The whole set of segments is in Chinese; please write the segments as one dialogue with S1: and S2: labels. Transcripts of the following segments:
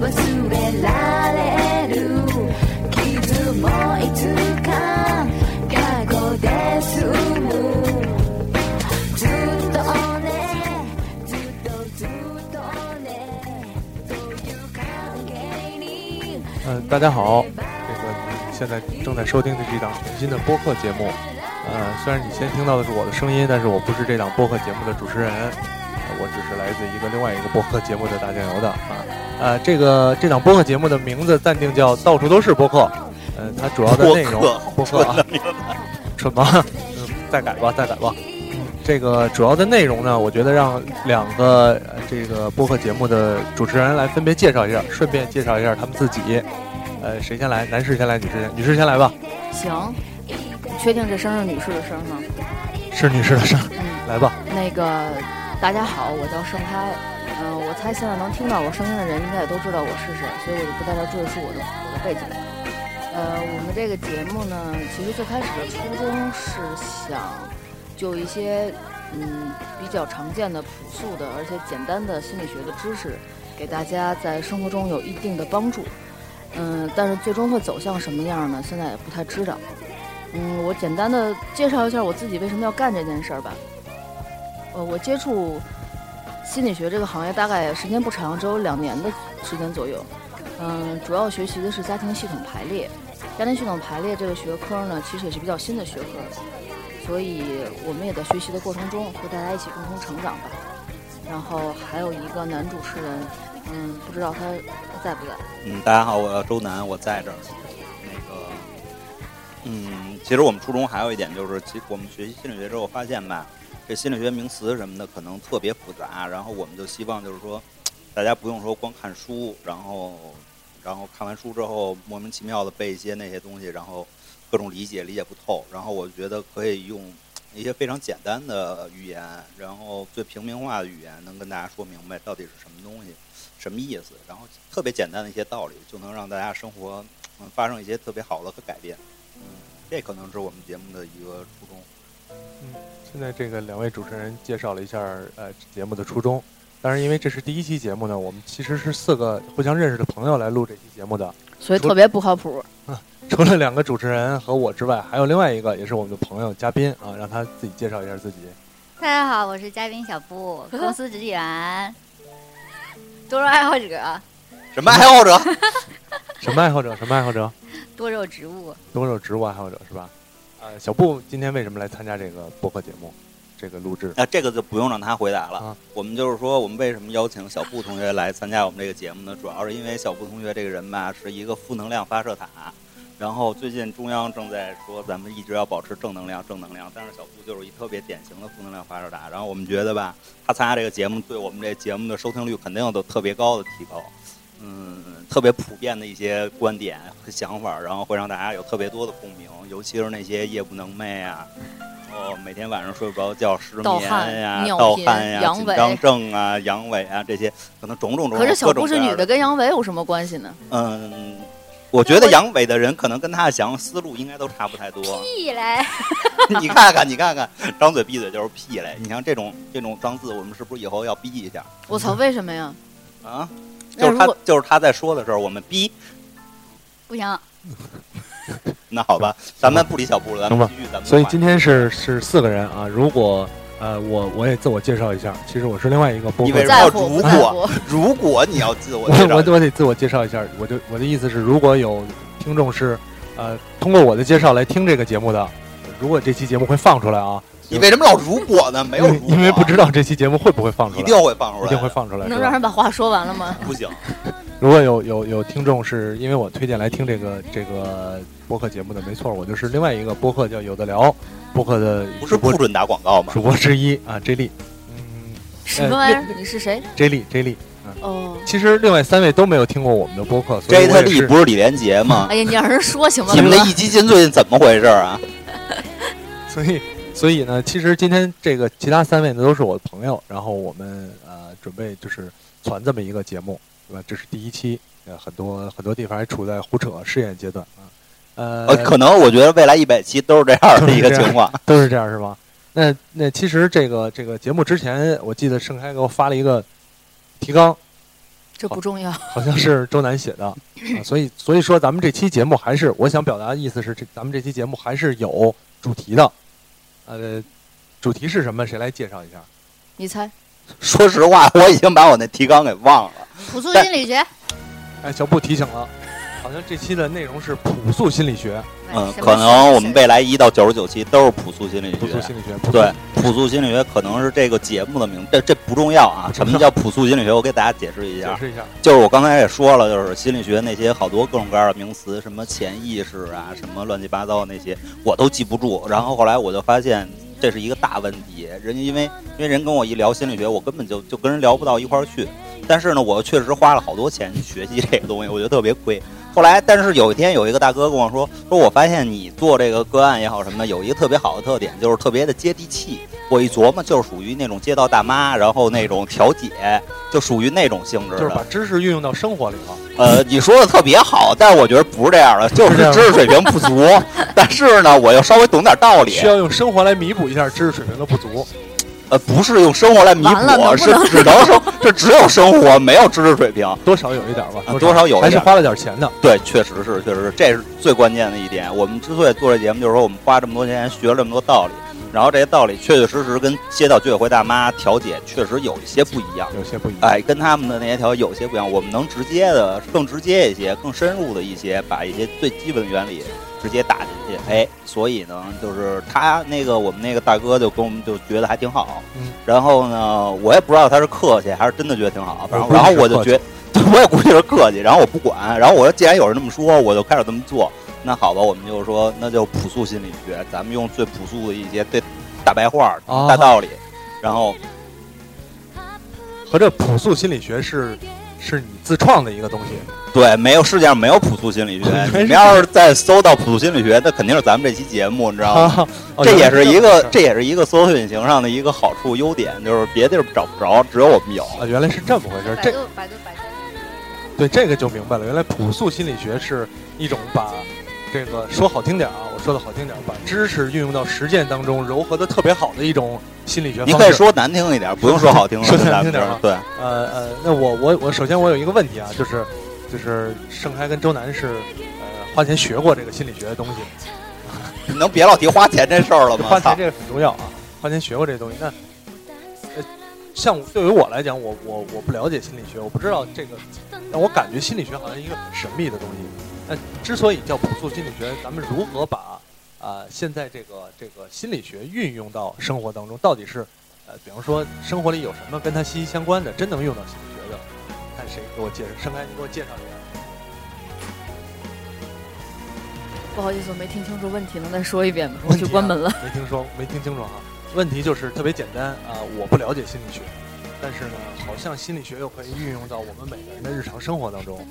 S1: 忘れられる傷もいつか過去で済むずっとねずっとずっとねという関係に
S2: 嗯、大家好，这个你现在正在收听的是一档全新的播客节目。呃，虽然你先听到的是我的声音，但是我不是这档播客节目的主持人，呃我只是来自一个另外一个播客节目的大酱油的啊。呃，这个这档播客节目的名字暂定叫“到处都是播客”。呃，它主要的内容播客啊， 蠢吗？嗯，再改吧，再改吧。嗯这个主要的内容呢，我觉得让两个呃这个播客节目的主持人来分别介绍一下，顺便介绍一下他们自己。呃，谁先来？男士先来，女士先，女士先来吧。
S3: 行，你确定这声是女士的声吗？
S2: 是女士的声，
S3: 嗯，
S2: 来吧。
S3: 那个大家好，我叫盛开，嗯、我猜现在能听到我声音的人应该也都知道我是谁，所以我就不在这儿赘述我的我的背景了。呃，我们这个节目呢，其实最开始的初衷是想就一些嗯比较常见的、朴素的，而且简单的心理学的知识，给大家在生活中有一定的帮助。嗯，但是最终会走向什么样呢？现在也不太知道。嗯，我简单的介绍一下我自己为什么要干这件事儿吧。呃，我接触心理学这个行业大概时间不长，只有两年的时间左右。嗯，主要学习的是家庭系统排列。家庭系统排列这个学科呢，其实也是比较新的学科，所以我们也在学习的过程中和大家一起共同成长吧。然后还有一个男主持人，嗯，不知道他在不在。
S4: 嗯，大家好，我叫周楠，我在这儿。那个，嗯，其实我们初中还有一点就是，其实我们学习心理学之后发现吧，这心理学名词什么的可能特别复杂，然后我们就希望就是说，大家不用说光看书，然后，然后看完书之后莫名其妙的背一些那些东西，然后各种理解理解不透，然后我觉得可以用一些非常简单的语言，然后最平民化的语言，能跟大家说明白到底是什么东西。什么意思，然后特别简单的一些道理，就能让大家生活嗯发生一些特别好的和改变。嗯，这可能是我们节目的一个初衷。
S2: 现在这个两位主持人介绍了一下呃节目的初衷，当然因为这是第一期节目呢，我们其实是四个互相认识的朋友来录这期节目的，
S3: 所以
S2: 除
S3: 特别不靠谱。
S2: 除了两个主持人和我之外，还有另外一个也是我们的朋友嘉宾啊，让他自己介绍一下自己。
S5: 大家好，我是嘉宾小 布，公司职员，多肉爱好者，
S4: 什么爱好者？
S2: 什么爱好者？什么爱好者？
S5: 多肉植物。
S2: 多肉植物爱好者是吧？呃，小布今天为什么来参加这个播客节目，这个录制？
S4: 那、啊这个就不用让他回答了。
S2: 啊
S4: 我们就是说，我们为什么邀请小布同学来参加我们这个节目呢？主要是因为小布同学这个人吧，是一个负能量发射塔。然后最近中央正在说，咱们一直要保持正能量，正能量。但是小布就是一特别典型的负能量发射塔。然后我们觉得吧，他参加这个节目，对我们这节目的收听率肯定有特别高的提高。嗯，特别普遍的一些观点和想法，然后会让大家有特别多的共鸣，尤其是那些夜不能寐啊，哦，每天晚上睡不着觉、失
S3: 盗
S4: 眠
S3: 汗
S4: 呀、
S3: 尿
S4: 盗
S3: 频
S4: 汗呀、
S3: 阳
S4: 紧
S3: 痿
S4: 张症啊、阳痿啊这些，可能种种种种
S3: 可是
S4: 哦
S3: 小
S4: 各种
S3: 布是
S4: 各样
S3: 女的，跟阳痿有什么关系呢？
S4: 嗯，我觉得阳痿的人可能跟他的想思路应该都差不太多。
S5: 屁嘞！
S4: 你看看，你看看，张嘴闭嘴就是屁嘞！你像这种这种脏字，我们是不是以后要逼一下
S3: 我操，为什么呀？
S4: 啊？
S2: 哎
S3: 那
S4: 就是
S3: 如
S4: 他
S3: 果
S4: 就是他在说的时候，我们逼。
S5: 不行，
S4: 那好吧，咱们不理小布了，咱
S2: 行吧
S4: 们继续咱们的话题。
S2: 所以今天是是四个人啊，如果呃我我也自我介绍一下，其实我是另外一个播
S4: 你
S2: 客
S4: 为
S3: 不
S4: 什
S2: 的
S4: 么
S3: 在
S4: 要
S3: 乎，
S4: 如
S3: 不在
S4: 果
S3: 乎。
S4: 如果你要自我
S2: 我
S4: 介绍
S2: 我，我得自我介绍一下，我就我的意思是，如果有听众是呃通过我的介绍来听这个节目的，如果这期节目会放出来啊，
S4: 你为什么老如果呢？没有如
S2: 因
S4: 果，
S2: 为
S4: 啊
S2: 因为不知道这期节目会不会放出来，
S4: 一定会放出
S2: 一
S4: 来，啊
S2: 定会放出来。是
S3: 能
S2: 吧
S3: 让人把话说完了吗？
S4: 不行，
S2: 如果有有有听众是因为我推荐来听这个这个播客节目的，没错，我就是另外一个播客叫有的聊播客的
S4: 不是
S2: 主播
S4: 不准打广告吗？
S2: 主播之一啊，J 莉，嗯
S3: 什么玩意儿？你是谁？
S2: ，J 莉 J 莉。
S3: 哦，
S2: 其实另外三位都没有听过我们的播客，所以
S4: J
S2: 我
S4: 特
S2: 也
S4: 利
S2: 是
S4: 不是李连杰 吗？
S3: 哎呀，你让人说行吗？
S4: 你们
S3: 哥
S4: 的一基金最近怎么回事啊？
S2: 所以，所以呢，其实今天这个其他三位呢都是我的朋友，然后我们呃准备就是传这么一个节目，对吧？这是第一期，呃，很多很多地方还处在胡扯试验阶段啊，
S4: 呃，可能我觉得未来一百期都是这样的一个情况。
S2: 都是这样是吧？那那其实这个这个节目之前，我记得盛开给我发了一个提纲，
S3: 这不重要。
S2: 好像是周南写 的，啊所以所以说咱们这期节目还是我想表达的意思是，这咱们这期节目还是有主题的，呃，主题是什么？谁来介绍一下？
S3: 你猜？
S4: 说实话， 我已经把我那提纲给忘了。
S6: 朴素心理学，
S2: 哎，小布提醒 了，好像这期的内容是朴素心理学，
S4: 嗯，
S6: 哎
S3: 哎
S6: 什么
S4: 可能我们
S6: 是
S4: 未来一到九十九期都是朴素心理
S2: 朴素
S4: 学。
S2: 心理学，朴素
S4: 对，朴素心理学可能是这个节目的名，这这不重要啊。什么叫朴素心理学？我给大家解释一
S2: 解
S4: 下，啊
S2: 释一下，
S4: 就是我刚才也说了，就是心理学那些好多各种各样的名词，什么潜意识啊，什么乱七八糟那些，我都记不住。然后后来我就发现这是一个大问题，人家因为因为人跟我一聊心理学，我根本就就跟人聊不到一块儿去。但是呢，我确实花了好多钱去学习这个东西，我觉得特别亏。后来，但是有一天有一个大哥跟我说，说我发现你做这个个案也好什么的，有一个特别好的特点，就是特别的接地气。我一琢磨，就是属于那种街道大妈，然后那种调解，就属于那种性质的。
S2: 就是把知识运用到生活里了。
S4: 呃，你说的特别好，但是我觉得不是这样的，就
S2: 是
S4: 是
S2: 这样吗
S4: 知识水平不足。但是呢，我又稍微懂点道理
S2: 需，要用生活来弥补一下知识水平的不足。
S4: 呃，不是用生活来弥
S6: 完了能
S4: 补，
S6: 不
S4: 是
S6: 能
S4: 只能生，这只有生活，没有知识水平。
S2: 多少有一点吧，
S4: 啊多少有一点
S2: 还是花了点钱的。
S4: 对，确实是，确实是，这是最关键的一点。我们之所以做这节目，就是说我们花这么多钱学了这么多道理，然后这些道理确确实实跟街道居委会大妈调解确实有一些不一样。
S2: 有些不一样。
S4: 哎，跟他们的那些条有些不一样，我们能直接的、更直接一些、更深入的一些，把一些最基本的原理直接打进去。哎，所以呢，就是他那个我们那个大哥就跟我们就觉得还挺好。
S2: 嗯
S4: 然后呢，我也不知道他是客气还是真的觉得挺好，反
S2: 我
S4: 正
S2: 估计
S4: 然后
S2: 是
S4: 我就
S2: 客气
S4: 觉 我也估计是客气，然后我不管，然后我说既然有人这么说，我就开始这么做。那好吧，我们就说那就朴素心理学，咱们用最朴素的一些对大白话儿、
S2: 哦
S4: 大道理，然后
S2: 合着朴素心理学是是你自创的一个东西，。
S4: 对，没有世界上没有朴素心理学 你们要是再搜到朴素心理学，那肯定是咱们这期节目，你知道吗？
S2: 啊 哦
S4: 这也是一个，这
S2: 原来是这么回事
S4: 也是一个搜索引擎上的一个好处、优点，就是别地儿找不着，只有我们有。
S2: 啊，原来是这么回事。
S6: 百
S2: 这
S6: 度百度百度，
S2: 对这个就明白了，原来朴素心理学是一种把这个说好听点啊，我说的好听点，把知识运用到实践当中，糅合的特别好的一种心理学方式。
S4: 你可以说难听一点，不用说好听了，
S2: 说难
S4: 咱
S2: 听
S4: 们这
S2: 点
S4: 儿
S2: 啊
S4: 对，
S2: 呃呃，那我我我首先我有一个问题啊，就是就是盛开跟周南是呃花钱学过这个心理学的东西。
S4: 你能别老提花钱这事儿了吗？
S2: 花钱
S4: 操
S2: 这个很重要啊，花钱学过这个东西。那呃，像对于我来讲，我我我不了解心理学，我不知道这个，但我感觉心理学好像一个很神秘的东西。那之所以叫朴素心理学，咱们如何把啊、现在这个这个心理学运用到生活当中，到底是呃，比方说生活里有什么跟它息息相关的，真能用到心理学的？看谁给我介绍，盛开，你给我介绍一下。
S3: 不好意思，我没听清楚问题，能再说一遍吗？我
S2: 问题
S3: 去
S2: 啊
S3: 关门了。
S2: 没听说，没听清楚哈。啊问题就是特别简单啊、我不了解心理学，但是呢，好像心理学又可以运用到我们每个人的日常生活当中，啊、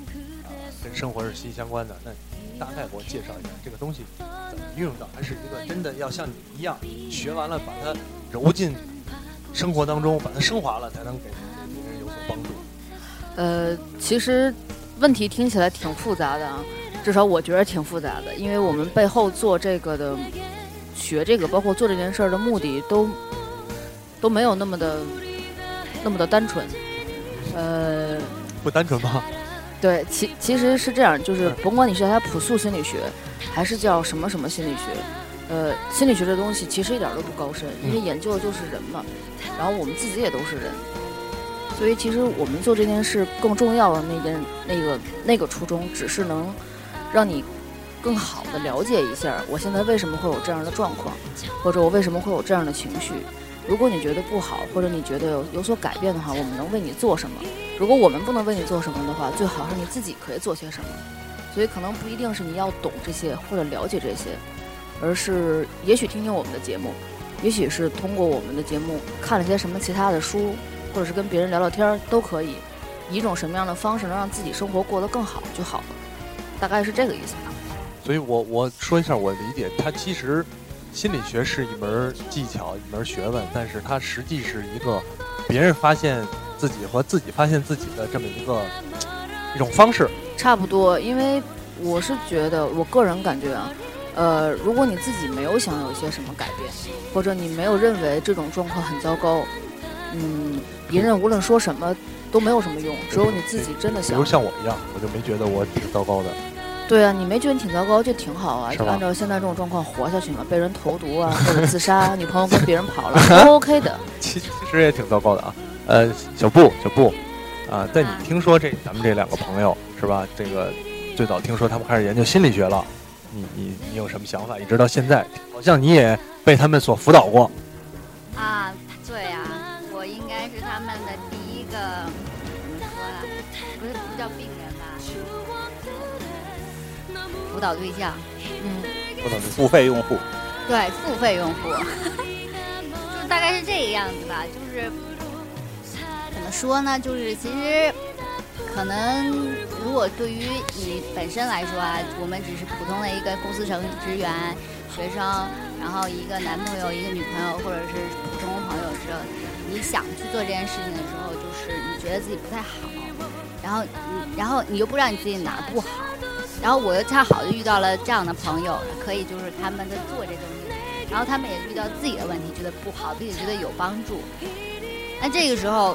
S2: 跟生活是息息相关的。那你大概给我介绍一下这个东西怎么运用到，还是一个真的要像你一样学完了把它揉进生活当中，把它升华了，才能给别人有所帮助。
S3: 呃，其实问题听起来挺复杂的啊，至少我觉得挺复杂的，因为我们背后做这个的、学这个，包括做这件事儿的目的，都都没有那么的那么的单纯。呃，
S2: 不单纯吧？
S3: 对，其其实是这样，就是甭管你是叫它朴素心理学，还是叫什么什么心理学，呃，心理学这东西其实一点儿都不高深，因为
S2: 嗯
S3: 研究的就是人嘛，然后我们自己也都是人，所以其实我们做这件事更重要的那件那个那个初衷，只是能让你更好的了解一下我现在为什么会有这样的状况，或者我为什么会有这样的情绪。如果你觉得不好，或者你觉得有有所改变的话，我们能为你做什么？如果我们不能为你做什么的话，最好是你自己可以做些什么。所以可能不一定是你要懂这些或者了解这些，而是也许听听我们的节目，也许是通过我们的节目看了些什么其他的书，或者是跟别人聊聊天儿都可以，以一种什么样的方式能让自己生活过得更好就好了。大概是这个意思吧。
S2: 所以我我说一下我理解，它其实心理学是一门技巧，一门学问，但是它实际是一个别人发现自己和自己发现自己的这么一个一种方式。
S3: 差不多，因为我是觉得，我个人感觉啊，呃，如果你自己没有想有一些什么改变，或者你没有认为这种状况很糟糕，嗯，别人无论说什么
S7: 都没有什么用，只有你自己真的
S2: 比
S7: 想
S2: 如。像我一样，我就没觉得我挺糟糕的。
S7: 对啊，你没觉得你挺糟糕就挺好啊，
S2: 是
S7: 就
S2: 吧
S7: 按照现在这种状况活下去嘛，被人投毒啊，或者自杀，女朋友跟别人跑了，哦都 OK 的。
S2: 其其实也挺糟糕的啊。呃，小布，小布，啊，在你
S8: 啊
S2: 听说这咱们这两个朋友是吧？这个最早听说他们开始研究心理学了，你你你有什么想法？一直到现在，好像你也被他们所辅导过。
S8: 啊，对啊，我应该是他们的第一个，怎么说啊？不是不叫病人吧？辅导对象，
S7: 嗯，
S2: 不能
S4: 付费用户，
S8: 对，付费用户，就大概是这个样子吧。就是怎么说呢？就是其实可能，如果对于你本身来说啊，我们只是普通的一个公司成职员、学生，然后一个男朋友、一个女朋友，或者是普通朋友的时候，你想去做这件事情的时候，就是你觉得自己不太好，然后你，然后你又不知道你自己哪儿不好。然后我又恰好就遇到了这样的朋友，可以就是他们在做这东西，然后他们也遇到自己的问题，觉得不好，并且觉得有帮助。那这个时候，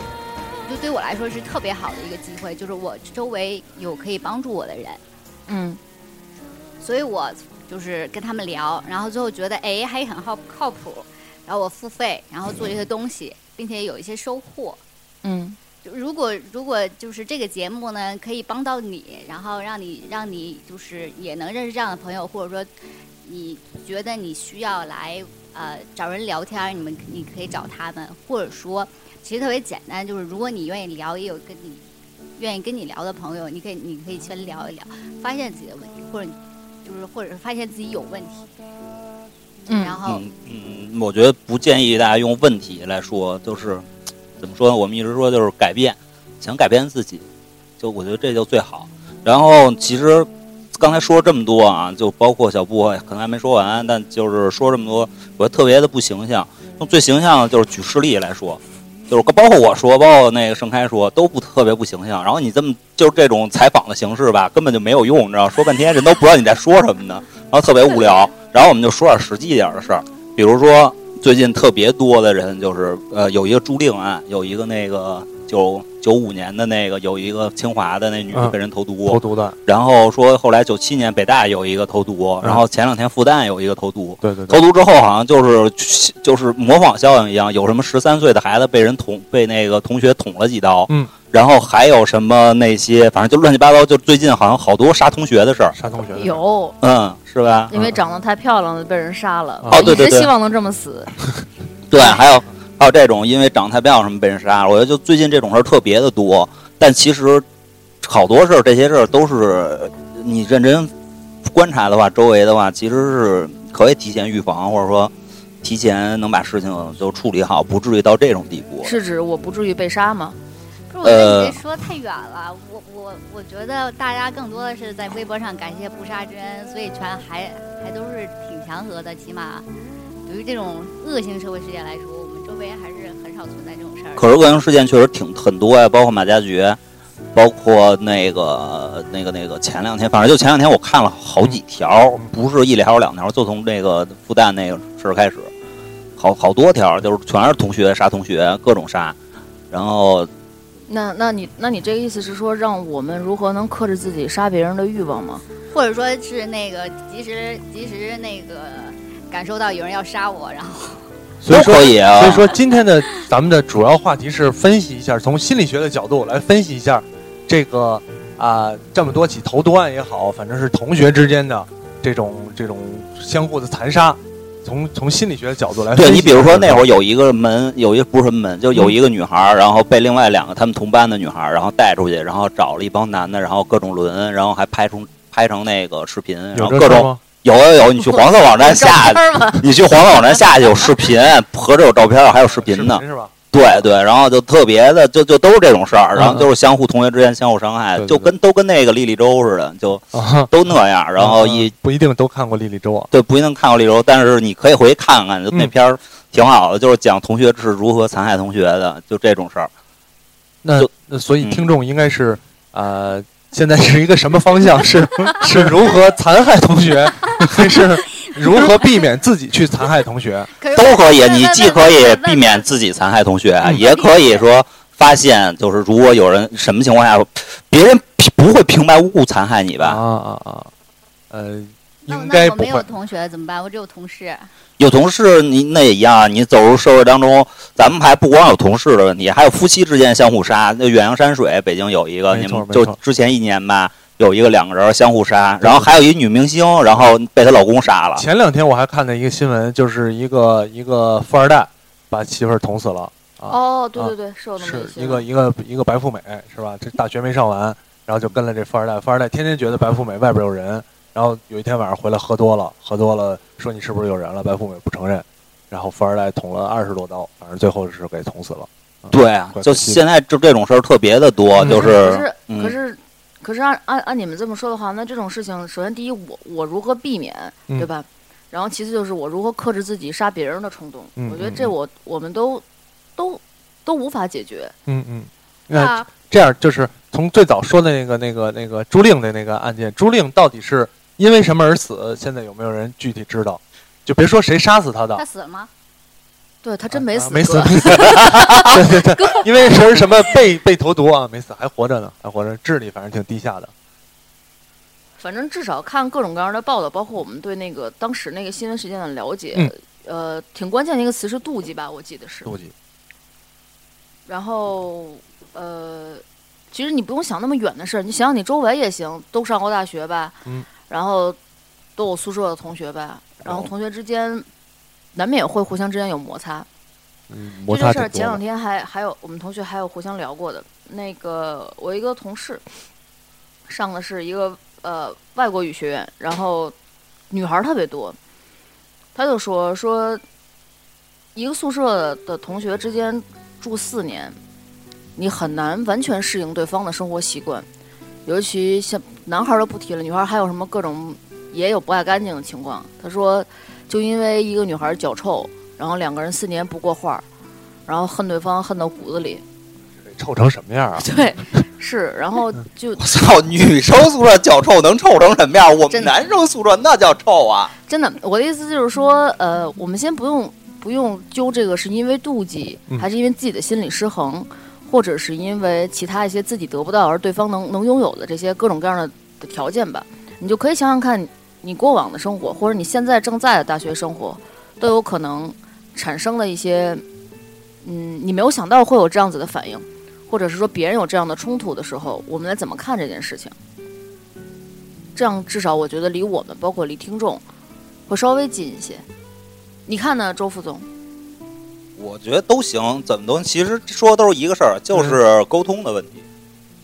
S8: 就对我来说是特别好的一个机会，就是我周围有可以帮助我的人，
S7: 嗯，
S8: 所以我就是跟他们聊，然后最后觉得哎还很靠靠谱，然后我付费，然后做这些东西，并且有一些收获。
S7: 嗯，
S8: 就如果如果就是这个节目呢，可以帮到你，然后让你让你就是也能认识这样的朋友，或者说你觉得你需要来呃找人聊天儿，你们你可以找他们，或者说其实特别简单，就是如果你愿意聊，也有跟你愿意跟你聊的朋友，你可以你可以先聊一聊，发现自己的问题，或者就是或者是发现自己有问题，
S7: 嗯
S8: 然后
S4: 嗯嗯，我觉得不建议大家用问题来说，就是怎么说呢？我们一直说就是改变，想改变自己，就我觉得这就最好。然后其实刚才说这么多啊，就包括小布可能还没说完，但就是说这么多，我觉得特别的不形象。用最形象的就是举事例来说。就是包括我说，包括那个盛开说，都不特别不形象。然后你这么就是这种采访的形式吧，根本就没有用，你知道？说半天人都不知道你在说什么呢，然后特别无聊。然后我们就说点实际一点的事儿，比如说最近特别多的人就是呃，有一个朱令案，有一个那个九九五年的那个，有一个清华的那女的
S2: 嗯
S4: 被人投毒，
S2: 投毒的，
S4: 然后说后来九七年北大有一个投毒，
S2: 嗯
S4: 然后前两天复旦有一个投毒。
S2: 对对
S4: 投
S2: 对，
S4: 毒之后，好像就是就是模仿效应一样，有什么十三岁的孩子被人捅，被那个同学捅了几刀，
S2: 嗯，
S4: 然后还有什么那些，反正就乱七八糟，就最近好像好多杀同学的事儿，
S2: 杀同学的
S7: 有，
S4: 嗯，是吧？
S7: 因为长得太漂亮了被人杀了，
S2: 哦
S7: 我
S4: 对对
S7: 一直
S4: 对
S7: 希望能这么死。
S4: 对，还有还有这种因为长得太漂亮什么被人杀了，我觉得就最近这种事儿特别的多。但其实好多事儿，这些事儿都是你认真观察的话，周围的话其实是可以提前预防，或者说提前能把事情就处理好，不至于到这种地步。
S7: 是指我不至于被杀吗？
S8: 不是，我觉得
S4: 呃
S8: 你这说太远了。我我我觉得大家更多的是在微博上感谢不杀之恩，所以全还还都是挺祥和的。起码对于这种恶性社会事件来说，我们周围还是很少存在这种事儿。
S4: 可是恶性事件确实挺很多呀，包括马加爵，包括那个那个那个前两天，反正就前两天我看了好几条，
S2: 嗯
S4: 不是一条两条，就从那个复旦那个事儿开始，好好多条，就是全是同学杀同学，各种杀，然后
S7: 那那你那你这个意思是说，让我们如何能克制自己杀别人的欲望吗？
S8: 或者说是那个及时及时那个感受到有人要杀我，然后
S2: 所
S4: 都
S2: 以说
S4: 可以啊
S2: 所以。说今天的咱们的主要话题是分析一下，从心理学的角度来分析一下这个啊、这么多起投毒案也好，反正是同学之间的这种这种相互的残杀，从从心理学的角度来分
S4: 对
S2: 析
S4: 你，比如说那会
S2: 儿
S4: 儿有一个门，有一个不是什么门，就有一个女孩儿，然后被另外两个他们同班的女孩儿，然后带出去，然后找了一帮男的，然后各种轮，然后还拍成拍成那个视频，然
S2: 有
S4: 后
S2: 这
S4: 各
S2: 事儿
S4: 种
S2: 吗？
S4: 有有有，你去黄色网站 下
S7: 照，片吗？
S4: 你去黄色网站下去有视频，合着有照片，还有视频呢。
S2: 是吧？
S4: 对对，然后就特别的，就就都是这种事儿，
S2: 嗯
S4: 然后就是相互同学之间相互伤害
S2: 对，对
S4: 就跟都跟那个莉莉周似的，就
S2: 啊，
S4: 都那样。然后一
S2: 啊不一定都看过《莉莉周》啊。
S4: 对不一定看过莉莉周，但是你可以回去看看，就那
S2: 嗯
S4: 片儿挺好的，就是讲同学是如何残害同学的，就这种事儿。
S2: 那
S4: 就
S2: 那所以
S4: 嗯
S2: 听众应该是呃，现在是一个什么方向？ 是是如何残害同学， 还是如何避免自己去残害同学？
S8: 可是
S4: 都可以，
S8: 那
S4: 你
S8: 那
S4: 既
S8: 那
S4: 可以
S8: 那那
S4: 避免自己残害同学，
S2: 嗯
S4: 也可以说发现，就是如果有人什么情况下，别人不会平白无故残害你
S2: 啊
S4: 吧？
S2: 啊啊，呃，
S8: 哦那我
S2: 应该
S8: 那我
S2: 不啊
S8: 没有
S2: 会。
S8: 同学怎么办？我只有同事。
S4: 有同事你那也一样，你走入社会当中，咱们还不光有同事的问题，还有夫妻之间相互杀。那远洋山水，北京有一个，
S2: 没
S4: 你
S2: 错
S4: 们
S2: 没
S4: 就
S2: 错
S4: 之前一年吧，有一个两个人相互杀，然后
S2: 对
S4: 还有一女明星，然后被她老公杀了。
S2: 前两天我还看到一个新闻，就是一个一个富二代把媳妇儿捅死了，
S3: 哦，对
S2: 啊
S3: 对对，是有那么
S2: 是
S3: 新
S2: 一
S3: 闻
S2: 个一个一个白富美是吧？这大学没上完，然后就跟了这富二代，富二代天天觉得白富美外边有人，然后有一天晚上回来喝多了，喝多了说你是不是有人了？白富美不承认，然后富二代捅了二十多刀，反正最后是给捅死了。
S4: 对啊
S2: 怪，
S4: 就
S2: 可惜的
S4: 现在就这种事儿特别的多，
S2: 嗯
S4: 就
S3: 可
S4: 是
S3: 是
S4: 嗯
S3: 可是可是按按按你们这么说的话，那这种事情，首先第一，我我如何避免，
S2: 嗯
S3: 对吧？然后其次就是我如何克制自己杀别人的冲动。
S2: 嗯
S3: 我觉得
S2: 嗯
S3: 这
S2: 嗯
S3: 我我们都都都无法解决。
S2: 嗯嗯，那
S8: 那
S2: 这样就是从最早说的那个、那个、那个朱令的那个案件，朱令到底是因为什么而死？现在有没有人具体知道？就别说谁杀死他的
S8: 他，死了吗？
S3: 对他
S2: 他
S3: 真没死，
S2: 啊没死
S3: 哥，
S2: 没死对 对对，因为是什么被被投毒啊，没死，还活着呢，还活着，智力反正挺低下的。
S3: 反正至少看各种各样的报道，包括我们对那个当时那个新闻事件的了解，
S2: 嗯
S3: 呃，挺关键的一个词是妒忌吧，我记得是。
S2: 妒忌，
S3: 然后呃，其实你不用想那么远的事儿，你想想你周围也行，都上过大学吧，
S2: 嗯，
S3: 然后都有宿舍的同学吧，然后
S4: 有
S3: 同学之间难免会互相之间有摩擦。
S2: 嗯，
S3: 这
S2: 摩
S3: 件
S2: 擦挺
S3: 事儿前
S2: 多
S3: 两
S2: 的。
S3: 天还还有我们同学还有互相聊过的。那个我一个同事上的是一个呃外国语学院，然后女孩儿特别多，他就说说一个宿舍的同学之间住四年，你很难完全适应对方的生活习惯，尤其像男孩儿都不提了，女孩儿还有什么各种也有不爱干净的情况。他说，就因为一个女孩儿脚臭，然后两个人四年不过话儿，然后恨对方恨到骨子里。
S2: 臭成什么样啊？
S3: 对，是，然后就
S4: 我操，女生宿舍脚臭能臭成什么样？我
S3: 真
S4: 们
S3: 的
S4: 男生宿舍那叫臭啊！
S3: 真的，我的意思就是说，呃，我们先不用不用揪这个是因为妒忌，
S2: 嗯
S3: 还是因为自己的心理失衡，或者是因为其他一些自己得不到而对方能能拥有的这些各种各样的的条件吧。你就可以想想看，你过往的生活，或者你现在正在的大学生活，都有可能产生了一些，嗯，你没有想到会有这样子的反应，或者是说别人有这样的冲突的时候，我们来怎么看这件事情？这样至少我觉得离我们，包括离听众，会稍微近一些。你看呢，周副总？
S4: 我觉得都行，怎么都其实说都是一个事儿，就是沟通的问题，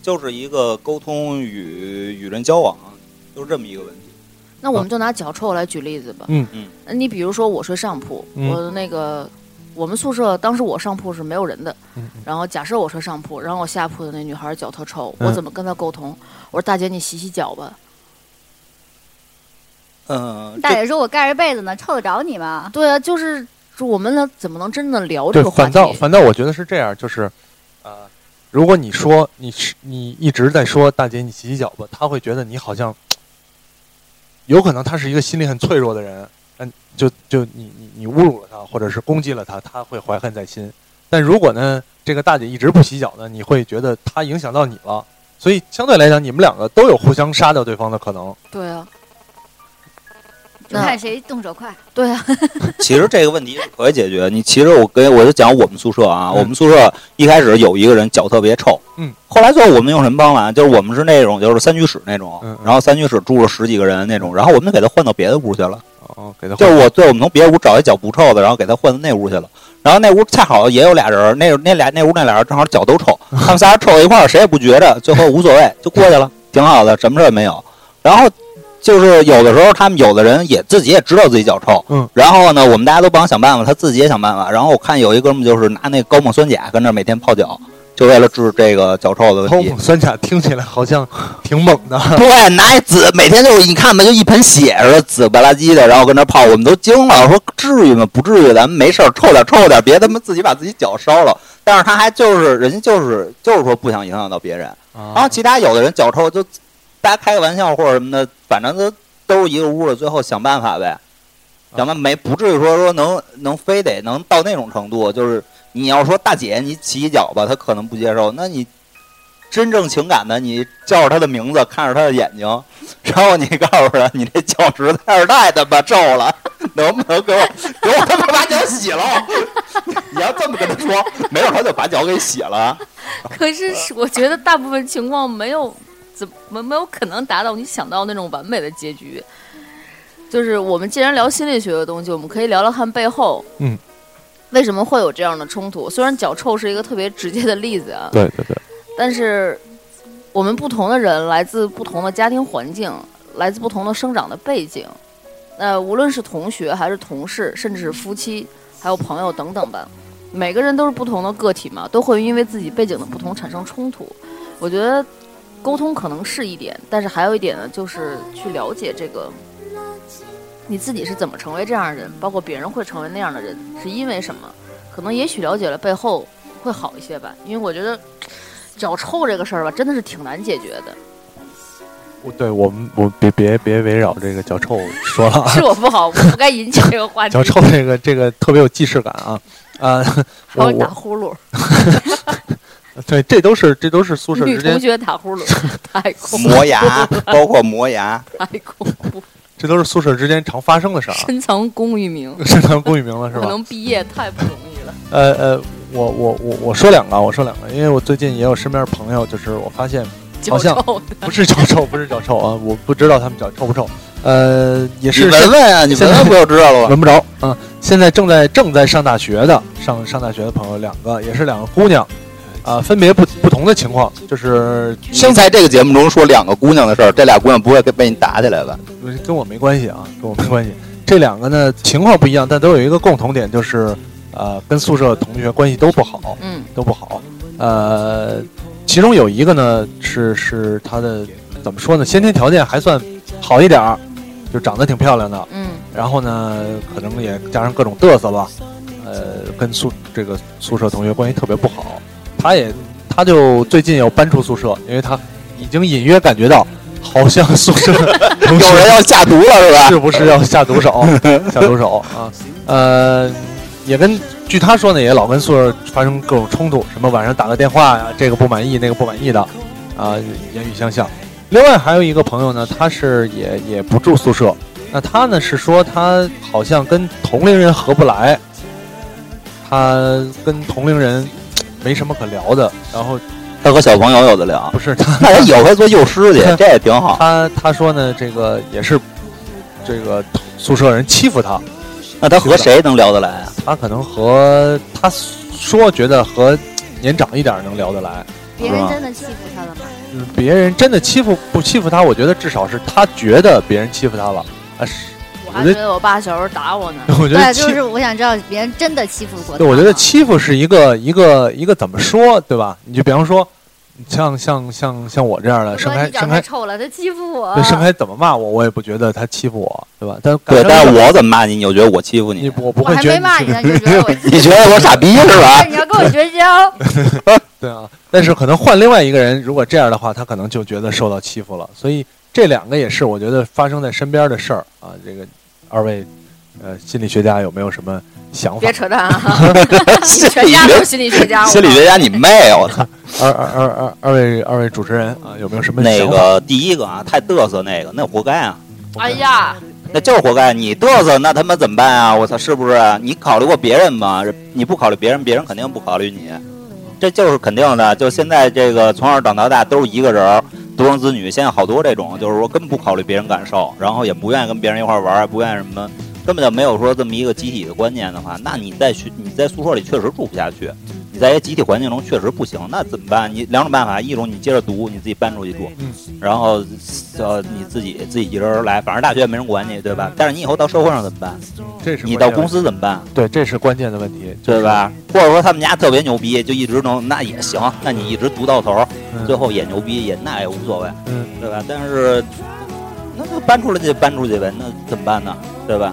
S4: 就是一个沟通与与人交往，就是这么一个问题。
S3: 那我们就拿脚臭来举例子吧。
S2: 啊
S3: 呃
S2: 嗯
S4: 嗯
S3: 你比如说，我睡上铺，
S2: 嗯
S3: 我那个我们宿舍当时我上铺是没有人的，
S2: 嗯嗯
S3: 然后假设我睡上铺，然后我下铺的那女孩脚特臭，
S2: 嗯
S3: 我怎么跟她沟通？我说大姐，你洗洗脚吧。
S4: 嗯，
S8: 大
S4: 这
S8: 姐说：“我盖着被子呢，臭得着你吗
S3: 对啊，就是就我们呢，怎么能真的聊这
S2: 对
S3: 个，话
S2: 反
S3: 题？
S2: 倒反倒我觉得是这样，就是，呃，如果你说你是你一直在说大姐你洗洗脚吧，他会觉得你好像，有可能他是一个心理很脆弱的人，嗯，就就你你你侮辱了他，或者是攻击了他，他会怀恨在心。但如果呢，这个大姐一直不洗脚呢，你会觉得她影响到你了，所以相对来讲，你们两个都有互相杀掉对方的可能。
S3: 对啊，？”
S8: 就
S3: 那
S8: 看谁动手快。
S3: 对啊，
S4: 其实这个问题是可以解决。你其实我跟我就讲我们宿舍啊，
S2: 嗯
S4: 我们宿舍一开始有一个人脚特别臭，
S2: 嗯，
S4: 后来最后我们用什么办法？就是我们是那种就是三居室那种
S2: 嗯，嗯
S4: 然后三居室住了十几个人那种，然后我们就给他换到别的屋去了。
S2: 哦，给他
S4: 就是我对我们从别屋找一脚不臭的，然后给他换到那屋去了。然后那屋恰好也有俩人儿，那那俩那屋那俩人正好脚 都臭，他们仨人臭到一块儿，谁也不觉着，最后无所谓就过去了，挺好的，什么事儿也没有。然后就是有的时候他们有的人也自己也知道自己脚臭，
S2: 嗯，
S4: 然后呢，我们大家都帮他想办法，他自己也想办法。然后我看有一哥们就是拿那高锰酸钾跟那儿每天泡脚，就为了治这个脚臭的问
S2: 高
S4: 题
S2: 锰。酸钾听起来好像挺猛的，
S4: 对，拿一紫，每天就是你看吧，就一盆血似的，紫不拉几的，然后跟那泡，我们都惊了，说至于吗？不至于，咱们没事儿，臭点儿臭点儿，别他妈自己把自己脚烧了。但是他还就是人家就是就是说不想影响到别人，啊然
S2: 啊
S4: 后其他有的人脚臭就大家开个玩笑或者什么的，反正都都是一个屋的，最后想办法呗，想办法没不至于说说能能非得能到那种程度，就是你要说大姐，你起一脚吧，她可能不接受。那你真正情感的，你叫着她的名字，看着她的眼睛， 然后你告诉她，你这脚趾太是太他妈皱了， 能不能给我给我他妈把脚洗了？ 你要这么跟她说，没准她就把脚给洗了。
S3: 可是是我觉得大部分情况没有怎么没有可能达到你想到那种完美的结局。就是我们既然聊心理学的东西，我们可以聊聊看背后，
S2: 嗯，
S3: 为什么会有这样的冲突？虽然脚臭是一个特别直接的例子啊，
S2: 对对对，
S3: 但是我们不同的人来自不同的家庭环境，来自不同的生长的背景，那无论是同学还是同事，甚至是夫妻，还有朋友等等吧，每个人都是不同的个体嘛，都会因为自己背景的不同产生冲突。我觉得沟通可能是一点，但是还有一点呢，就是去了解这个。你自己是怎么成为这样的人，包括别人会成为那样的人，是因为什么？可能也许了解了背后会好一些吧，因为我觉得脚臭这个事儿吧，真的是挺难解决的。
S2: 我对我们我别别别围绕这个脚臭说 了啊，
S3: 是我不好，我不该引起这个话题。
S2: 脚臭这个这个特别有既视感啊啊！
S3: 还
S2: 我
S3: 有打
S2: 我
S3: 呼噜，
S2: 对，这都是这都是宿舍
S3: 女
S2: 之
S3: 同
S2: 间，
S3: 学打呼噜，太恐怖，
S4: 磨牙， 包括磨牙，
S3: 太恐怖，
S2: 这都是宿舍之间常发生的事儿 啊。
S3: 深藏功与名，
S2: 是他们顾宇明了是
S3: 我
S2: 吧？
S3: 能毕业太不容易了。
S2: 呃呃，我我我我说两个啊，我说两个，因为我最近也有身边朋友，就是我发现
S3: 脚
S2: 像
S3: 臭的，
S2: 不是脚臭，不是脚臭啊，我不知道他们脚臭不臭，呃，也
S4: 你
S2: 是
S4: 闻闻啊，你闻闻不就知道了吗？
S2: 闻不着啊。现在正在正在上大学的上上大学的朋友两个，也是两个姑娘，啊，分别不不同的情况，就是
S4: 先在这个节目中说两个姑娘的事儿，这俩姑娘不会被你打起来吧？
S2: 跟我没关系啊，跟我没关系。这两个呢情况不一样，但都有一个共同点，就是呃跟宿舍同学关系都不好，
S3: 嗯，
S2: 都不好。呃，其中有一个呢是是她的怎么说呢，先天条件还算好一点儿，就长得挺漂亮的，
S3: 嗯，
S2: 然后呢可能也加上各种嘚瑟吧，呃，跟宿这个宿舍同学关系特别不好。她也她就最近要搬出宿舍，因为她已经隐约感觉到好像宿舍同学
S4: 有人要下毒了是 吧？
S2: 是不是要下毒手？下毒手啊，呃，也跟据他说呢，也老跟宿舍发生各种冲突，什么晚上打个电话呀、这个不满意，那个不满意的，啊、言语相向。另外还有一个朋友呢，他是也也不住宿舍，那他呢是说他好像跟同龄人合不来，他跟同龄人没什么可聊的，然后
S4: 他和小朋友有 的聊
S2: 不，是他
S4: 那他有回做幼师去，这也 挺好。
S2: 他他说呢，这个也是这个宿舍人欺负他。
S4: 那他和谁能聊得来啊？
S2: 他可能和他说觉得和年长一点儿能聊得来，
S8: 别
S4: 是
S8: 人
S4: 吧
S8: 真的欺负他了吗？
S2: 嗯别人真的欺负不欺负他，我觉得至少是他觉得别人欺负他了啊，是，我
S3: 我还
S2: 觉
S3: 觉
S2: 得
S3: 得我爸小时候打我呢。
S2: 我觉得
S8: 对，
S2: 欺，
S8: 就是我想知道别人真的欺负过他
S2: 对，
S8: 吗。
S2: 我觉得欺负是一个一个一个怎么说，对吧？你就比方说，像像像像我这样的
S8: 我
S2: 盛
S8: 说
S2: 开
S8: 你长
S2: 盛
S8: 太
S2: 开，
S8: 丑啊了，他欺负我。
S2: 对盛开怎么骂我，我也不觉得他欺负我，对吧？但
S4: 对，
S2: 感
S4: 但
S2: 觉
S4: 是我怎么骂你，你就觉得我欺负
S2: 你
S4: 你？
S2: 我不
S8: 我
S2: 会
S8: 还
S2: 觉
S8: 没
S2: 得
S8: 骂你 呢，你就觉得我欺负？
S4: 你觉得我傻逼是吧
S8: 你要跟我绝交。
S2: 对啊，但是可能换另外一个人，如果这样的话，他可能就觉得受到欺负了。所以这两个也是我觉得发生在身边的事儿啊。这个二位，呃，心理学家有没有什么想法
S3: 别？扯淡啊！
S4: 心
S3: 全
S4: 理
S3: 家都
S4: 学
S3: 是心理学家，我
S4: 心理学家，你妹！我操，
S2: 二二二二二位二位主持人啊，有没有什么
S4: 那
S2: 想法？
S4: 个第一个啊，太嘚瑟那个，那活该啊，
S3: 哎呀，
S4: 那就是活该。你嘚瑟，那他妈怎么办啊？我操，是不是？你考虑过别人吗？你不考虑别人，别人肯定不考虑你，这就是肯定的。就现在这个从小长到大都是一个人儿，独生子女，现在好多这种，就是说根本不考虑别人感受，然后也不愿意跟别人一块儿玩儿，不愿意什么。根本就没有说这么一个集体的观念的话，那你在学你在宿舍里确实住不下去，你在一个集体环境中确实不行，那怎么办？你两种办法，一种你接着读，你自己搬出去住，
S2: 嗯
S4: 然后呃你自己自己一人儿来，反正大学也没人管你，对吧？但是你以后到社会上怎么办？
S2: 这是
S4: 你
S2: 关键
S4: 到公司怎么办？
S2: 对，这是关键的问题，
S4: 对？吧？或者说他们家特别牛逼，就一直能，那也行，那你一直读到头儿，
S2: 嗯
S4: 最后也牛逼，也那也无所谓，
S2: 嗯，
S4: 对吧？但是那就搬出来就搬出去呗，那怎么办呢？对吧？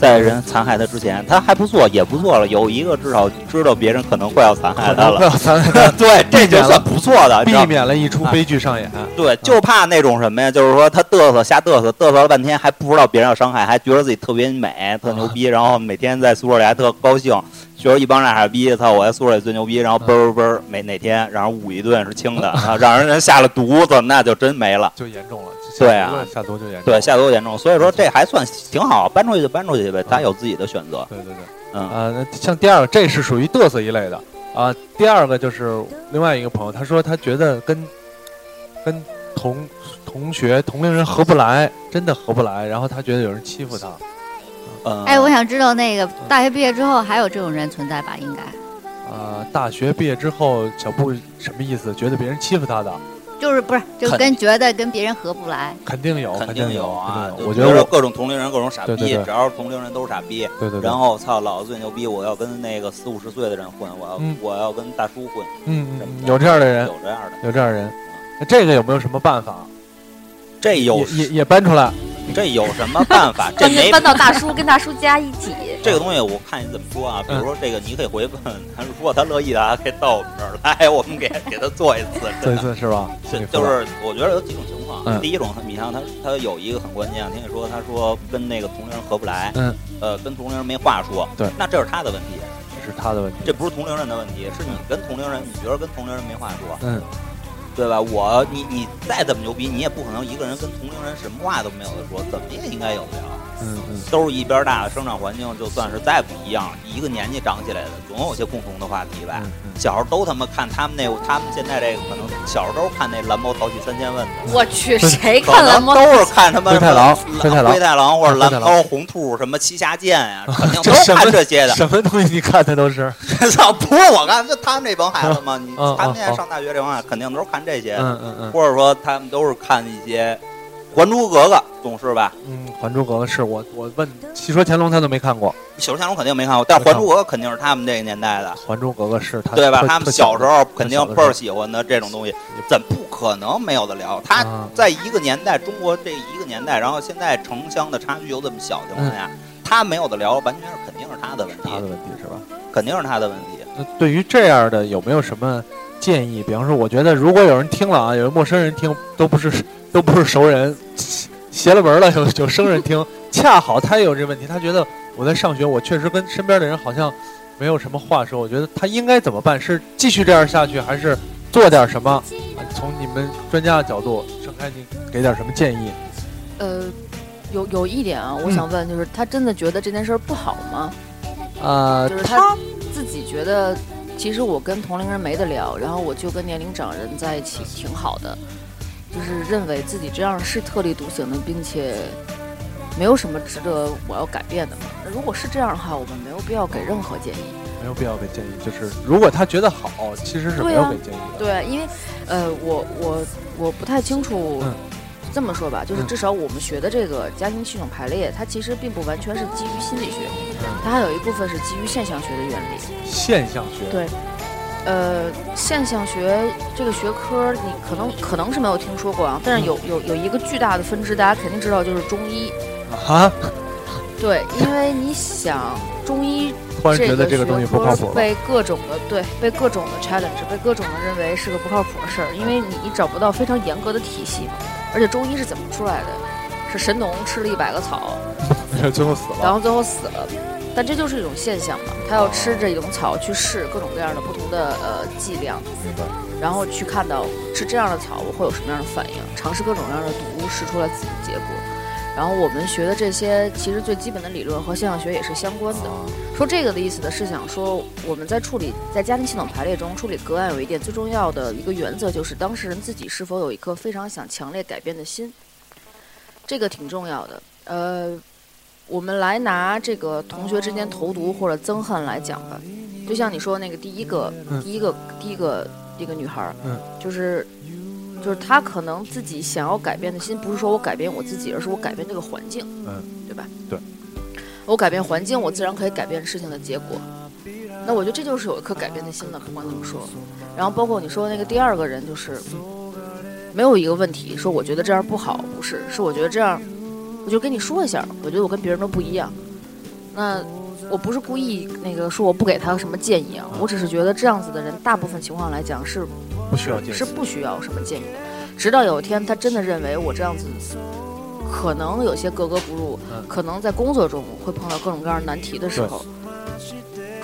S4: 在人残害他之前，他还不错，也不错了，有一个至少知道别人可能快要残害他
S2: 不
S4: 了，
S2: 要咱
S4: 对，这就算不错的，你
S2: 避
S4: 知道吗
S2: 免了一出悲剧上演。
S4: 对，就怕那种什么呀，就是说他嘚瑟瞎嘚瑟，嘚瑟了半啊天还不知道别人要伤害，还觉得自己特别美、特牛逼，然后每天在宿舍里还特高兴，就是一帮大傻逼，操！我在宿舍里最牛逼，然后嘣嘣嘣，每哪天然后捂一顿是轻 的，啊，让人家下了毒子，那就真没了。
S2: 就严重了。
S4: 对啊
S2: 下毒了下毒就严重了。
S4: 对，下多严重，所以说这还算挺好，搬出去就搬出去呗，他有自己的选择。
S2: 对对对，
S4: 嗯
S2: 啊、那像第二个，这是属于嘚瑟一类的啊、第二个就是另外一个朋友，他说他觉得跟跟同同学同龄人合不来，真的合不来，然后他觉得有人欺负他，
S4: 嗯，
S8: 哎，我想知道那个大学毕业之后还有这种人存在吧？应该
S2: 啊、大学毕业之后，小布什么意思？觉得别人欺负他的，
S8: 就是不是就
S4: 肯
S8: 跟觉得跟别人合不来，
S2: 肯定有，肯
S4: 定
S2: 有
S4: 啊
S2: 肯定。有
S4: 就
S2: 我
S4: 比
S2: 觉
S4: 如
S2: 得
S4: 说
S2: 我，
S4: 各种同龄人，各种傻
S2: 对对
S4: 逼，
S2: 对
S4: 只要是同龄人都是傻逼。
S2: 对对对，
S4: 然后操，老子最牛逼，我要跟那个四五十岁的人混，我要
S2: 嗯
S4: 我要跟大叔混，
S2: 嗯嗯
S4: 什么
S2: 嗯，
S4: 的
S2: 有这样的人，
S4: 有这样的。
S2: 有这样的人，那这个有没有什么办法？
S4: 这有
S2: 也也也搬出来，
S4: 这有什么办法？这
S3: 搬
S4: 没
S3: 搬到大叔跟大叔家一起，
S4: 这个东西，我看你怎么说啊。比
S2: 嗯
S4: 如说这个，你可以回问他，如果他乐意的啊，可以到我们这 儿来，我们给给他做一 次，
S2: 这
S4: 真
S2: 一
S4: 的。
S2: 次是吧？
S4: 就
S2: 心里
S4: 就
S2: 服了
S4: 是我觉得有几种情况，
S2: 嗯
S4: 第一种，你像他他有一个很关键，听你说他说跟那个同龄人合不来，
S2: 嗯，
S4: 呃，跟同龄人没话说，
S2: 对
S4: 那这是他的问题，
S2: 这是他的问题，
S4: 这不是同龄人的问题，是你跟同龄人，你觉得跟同龄人没话说，
S2: 嗯，
S4: 对吧？我你你再怎么牛逼，你也不可能一个人跟同龄人什么话都没有的说，怎么也应该有的聊。
S2: 嗯嗯。
S4: 都是一边大的生长环境，就算是再不一样，一个年纪长起来的，总有些共同的话题吧。
S2: 嗯嗯
S4: 小时候都他妈看他们那，他们现在这个可能小时候都看那蓝猫淘气三千问的，
S3: 我去，
S2: 对
S3: 谁
S4: 可
S3: 看蓝
S4: 能
S3: 猫？
S4: 都是看他妈
S2: 灰
S4: 什么
S2: 太狼灰太狼啊
S4: 灰太狼或者
S2: 灰太
S4: 蓝
S2: 狼
S4: 猫、红兔、什么七侠剑呀，肯 定
S2: 这
S4: 都
S2: 什么
S4: 啊看这些的。
S2: 什么东西你看他都是，
S4: 操，不是我干，就他们这帮孩子嘛，你
S2: 嗯嗯
S4: 他们现在
S2: 嗯
S4: 上大学这帮孩子肯定都是看这些，
S2: 嗯嗯嗯
S4: 或者说他们都是看一些《还珠格格》，懂是吧？
S2: 嗯，《还珠格格》是我我问《戏说乾隆》他都没看过，
S4: 《小时候乾隆》肯定没看过，但《还珠格格》肯定是他们这个年代的。
S2: 《还珠格格》是他
S4: 对吧？
S2: 特
S4: 他们
S2: 特
S4: 小时候肯定
S2: 小的时
S4: 倍
S2: 候
S4: 儿喜欢的这种东西，怎不可能没有的聊？他
S2: 嗯
S4: 在一个年代，中国这一个年代，然后现在城乡的差距又这么小的情况下，他没有的聊，完全是肯定是他的问
S2: 是
S4: 题
S2: 嗯他，的问题是吧？
S4: 肯定是他的问题。
S2: 那对于这样的有没有什么建议？比方说，我觉得如果有人听了啊，有陌生人听都不是 都不是熟人，邪了门了有有生人听，恰好他也有这问题，他觉得我在上学，我确实跟身边的人好像没有什么话说，我觉得他应该怎么办？是继续这样下去，还是做点什么？啊从你们专家的角度，盛开，你给点什么建议？
S3: 呃，有有一点啊，我
S2: 嗯
S3: 想问，就是他真的觉得这件事儿不好吗？
S2: 啊、
S3: 就是呃他自己觉得，其实我跟同龄人没得聊，然后我就跟年龄长人在一起挺好的，就是认为自己这样是特立独行的，并且没有什么值得我要改变的。那如果是这样的话，我们没有必要给任何建议。
S2: 没有必要给建议，就是如果他觉得好，其实是没有
S3: 对啊
S2: 给建议的。
S3: 对，因为呃，我我我不太清楚
S2: 嗯。
S3: 这么说吧，就是
S2: 嗯
S3: 至少我们学的这个家庭系统排列，它其实并不完全是基于心理学，它还有一部分是基于现象学的原理。
S2: 现象学，
S3: 对呃，现象学这个学科，你可能可能是没有听说过啊，但是有有有一个巨大的分支，大家肯定知道，就是中医。
S2: 啊，
S3: 对，因为你想，中医
S2: 突然
S3: 这
S2: 觉得这个
S3: 学
S2: 东西不
S3: 科
S2: 靠谱了。
S3: 被各种的对，被各种的 challenge，被各种的认为是个不靠谱的事儿，因为你你找不到非常严格的体系嘛。而且中医是怎么出来的？是神农吃了一百个草，
S2: 最后死
S3: 然
S2: 了。
S3: 后最后死了。但这就是一种现象嘛，他要吃这种草去试各种各样的不同的呃剂量，
S2: 明白
S3: 然后去看到吃这样的草我会有什么样的反应，尝试各种各样的毒物，试出来自己的结果。然后我们学的这些其实最基本的理论和现象学也是相关的。说这个的意思呢，是想说我们在处理在家庭系统排列中处理个案有一点最重要的一个原则，就是当事人自己是否有一颗非常想强烈改变的心，这个挺重要的。呃，我们来拿这个同学之间投毒或者憎恨来讲吧，就像你说那个第一个、
S2: 嗯
S3: 第一个第一个一个女孩，
S2: 嗯，
S3: 就是。就是她可能自己想要改变的心，不是说我改变我自己，而是我改变这个环境，
S2: 嗯，
S3: 对吧？
S2: 对，
S3: 我改变环境，我自然可以改变事情的结果。那我觉得这就是有一颗改变的心了，不管怎么说。然后包括你说那个第二个人，就是嗯没有一个问题说我觉得这样不好，不是，是我觉得这样，我就跟你说一下，我觉得我跟别人都不一样。那我不是故意那个说我不给他什么建议啊，我只是觉得这样子的人，大部分情况来讲是
S2: 不需要建议
S3: 是。不需要什么建议的。直到有一天，他真的认为我这样子可能有些格格不入，
S2: 嗯
S3: 可能在工作中会碰到各种各样的难题的时候，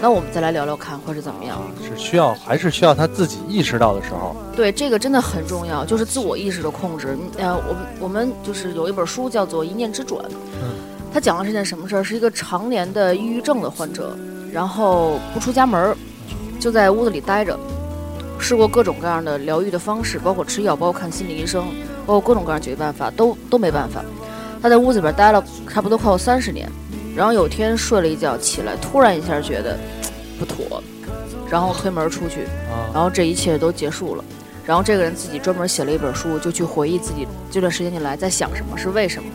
S3: 那我们再来聊聊看会是怎么样。
S2: 是需要还是需要他自己意识到的时候，
S3: 对，这个真的很重要，就是自我意识的控制。呃，我们我们就是有一本书叫做《一念之转》，它讲的是件什么事儿？是一个常年的抑郁症的患者，然后不出家门儿，就在屋子里待着，试过各种各样的疗愈的方式，包括吃药，包括看心理医生，包括各种各样的解决办法，都都没办法。他在屋子里边待了差不多快有三十年，然后有天睡了一觉起来，突然一下觉得不妥，然后推门出去，
S2: 啊，
S3: 然后这一切都结束了。然后这个人自己专门写了一本书，就去回忆自己这段时间以来在想什么，是为什么。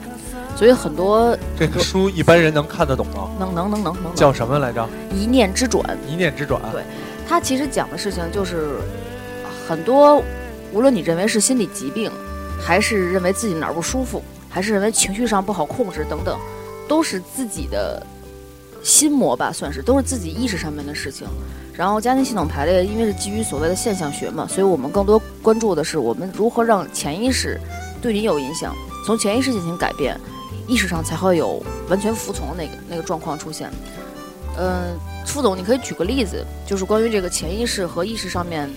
S3: 所以很多
S2: 这个书一般人能看得懂吗？
S3: 能能能能能能
S2: 叫什么来着？
S3: 一念之转，
S2: 一念之转。
S3: 对它其实讲的事情就是很多，无论你认为是心理疾病，还是认为自己哪儿不舒服，还是认为情绪上不好控制等等，都是自己的心魔吧，算是都是自己意识上面的事情。然后家庭系统排列，因为是基于所谓的现象学嘛，所以我们更多关注的是我们如何让潜意识对你有影响，从潜意识进行改变，意识上才会有完全服从的那个那个状况出现。嗯、副总，你可以举个例子，就是关于这个潜意识和意识上面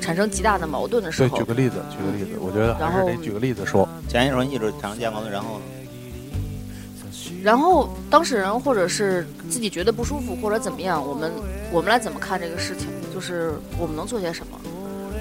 S3: 产生极大的矛盾的时
S2: 对，
S3: 候
S2: 举，个例子，举个例子，我觉得还是
S3: 然后
S2: 得举个例子说。
S4: 前一轮一直强健矛盾，然后呢
S3: 然后当事人或者是自己觉得不舒服或者怎么样，我们我们来怎么看这个事情？就是我们能做些什么，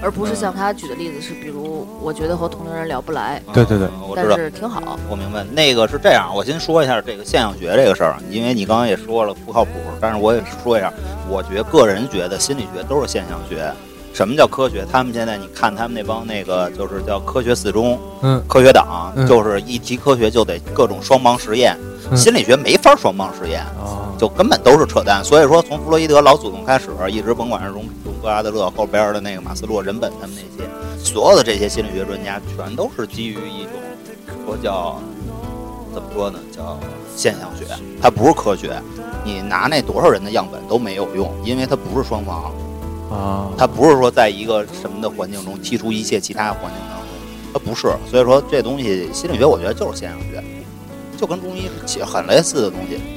S3: 而不是像他举的例子是，比如我觉得和同龄人聊不来，
S2: 对对对
S4: 嗯我知
S3: 但
S4: 道，
S3: 是挺好。
S4: 我明白。那个是这样，我先说一下这个现象学这个事儿，啊因为你刚刚也说了不靠谱，但是我也说一下，我觉个人觉得心理学都是现象学。什么叫科学？他们现在你看他们那帮那个就是叫科学四中，
S2: 嗯，
S4: 科学党，
S2: 嗯
S4: 就是一提科学就得各种双盲实验，
S2: 嗯
S4: 心理学没法双盲实验。
S2: 啊，
S4: 就根本都是扯淡。所以说，从弗洛伊德老祖宗开始，一直甭管是荣荣格阿德勒后边的那个马斯洛、人本他们那些，所有的这些心理学专家，全都是基于一种说叫怎么说呢，叫现象学，它不是科学。你拿那多少人的样本都没有用，因为它不是双盲，
S2: 啊，
S4: 它不是说在一个什么的环境中剔除一切其他环境当中，它不是。所以说这东西心理学我觉得就是现象学，就跟中医是很类似的东西。嗯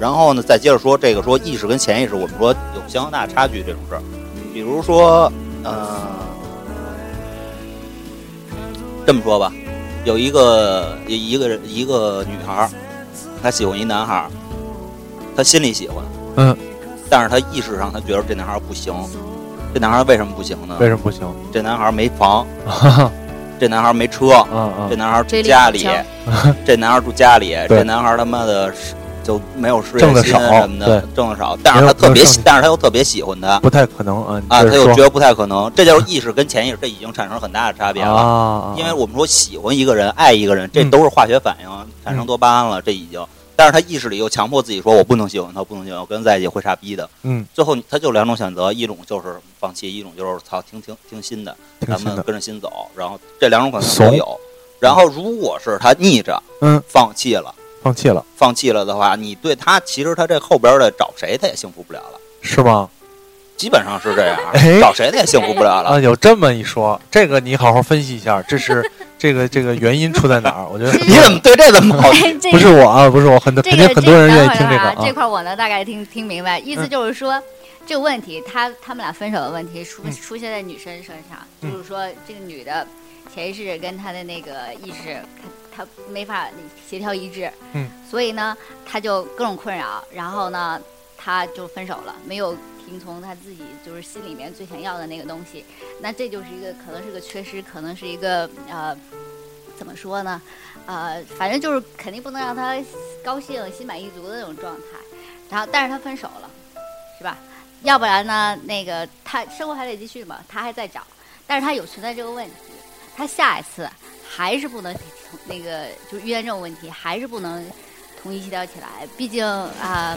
S4: 然后呢，再接着说这个说意识跟潜意识，我们说有相当大差距这种事儿，比如说，呃，这么说吧，有一个一个人一个女孩儿，她喜欢一男孩儿，她心里喜欢，
S2: 嗯，
S4: 但是她意识上她觉得这男孩儿不行，这男孩儿为什么不行呢
S2: 为？什么不行？
S4: 这男孩儿没 房，
S2: 啊
S4: 这男孩儿没车，
S2: 啊
S4: 这男孩儿住
S3: 这里
S4: 家
S3: 很
S4: 里
S3: 强，
S4: 这男孩儿住家里，
S2: 对
S4: 这男孩儿他妈的是就没有事业
S2: 挣得
S4: 心啊
S2: 少
S4: 什么的
S2: 对，
S4: 挣的少，但是
S2: 没
S4: 他
S2: 有
S4: 特
S2: 没
S4: 别
S2: 有上
S4: 喜
S2: 进，
S4: 但是他又特别喜欢他
S2: 不太可能啊！
S4: 啊，
S2: 你
S4: 他
S2: 接着
S4: 又
S2: 说
S4: 觉得不太可能，这就是意识跟潜意识，这已经产生很大的差别了。
S2: 啊，
S4: 因为我们说喜欢一个人、爱一个人，这
S2: 嗯
S4: 都是化学反应，产生多巴胺了，这已经。但是他意识里又强迫自己说，我不能喜欢他，不能喜欢他，我跟他在一起会傻逼的。
S2: 嗯，
S4: 最后你他就两种选择，一种就是放弃，一种就是操，听听听心的，
S2: 挺
S4: 咱
S2: 新
S4: 们
S2: 的，
S4: 跟着心走。然后这两种可能
S2: 怂
S4: 都有。然后如果是他逆着，
S2: 嗯，
S4: 放弃了，
S2: 放弃了
S4: 放弃了的话，你对他其实他这后边的找谁他也幸福不了了，
S2: 是吗？
S4: 基本上是这样，
S2: 哎
S4: 找谁他也幸福不了了。
S2: 啊，有这么一说，这个你好好分析一下，这是这个这个原因出在哪儿？我觉得
S4: 你怎么对这怎么好？
S8: 哎这
S2: 不是我啊，不是我，很多
S8: 这
S2: 肯
S8: 个
S2: 定很多人愿意
S8: 这
S2: 听
S8: 个
S2: 这
S8: 啊
S2: 个
S8: 这
S2: 啊。
S8: 块儿我能大概听听明白，意思
S2: 嗯
S8: 就是说，这个问题，他他们俩分手的问题出
S2: 嗯
S8: 出现在女生身上，
S2: 嗯
S8: 就是说这个女的潜意识跟她的那个意识，她她没法协调一致，
S2: 嗯，
S8: 所以呢，她就各种困扰，然后呢，她就分手了，没有。听从她自己就是心里面最想要的那个东西，那这就是一个可能是个缺失，可能是一个呃，怎么说呢？呃，反正就是肯定不能让他高兴、心满意足的那种状态。然后，但是他分手了，是吧？要不然呢，那个他生活还得继续嘛，他还在找，但是他有存在这个问题，他下一次还是不能那个就是遇见这种问题，还是不能统一协调起来。毕竟啊、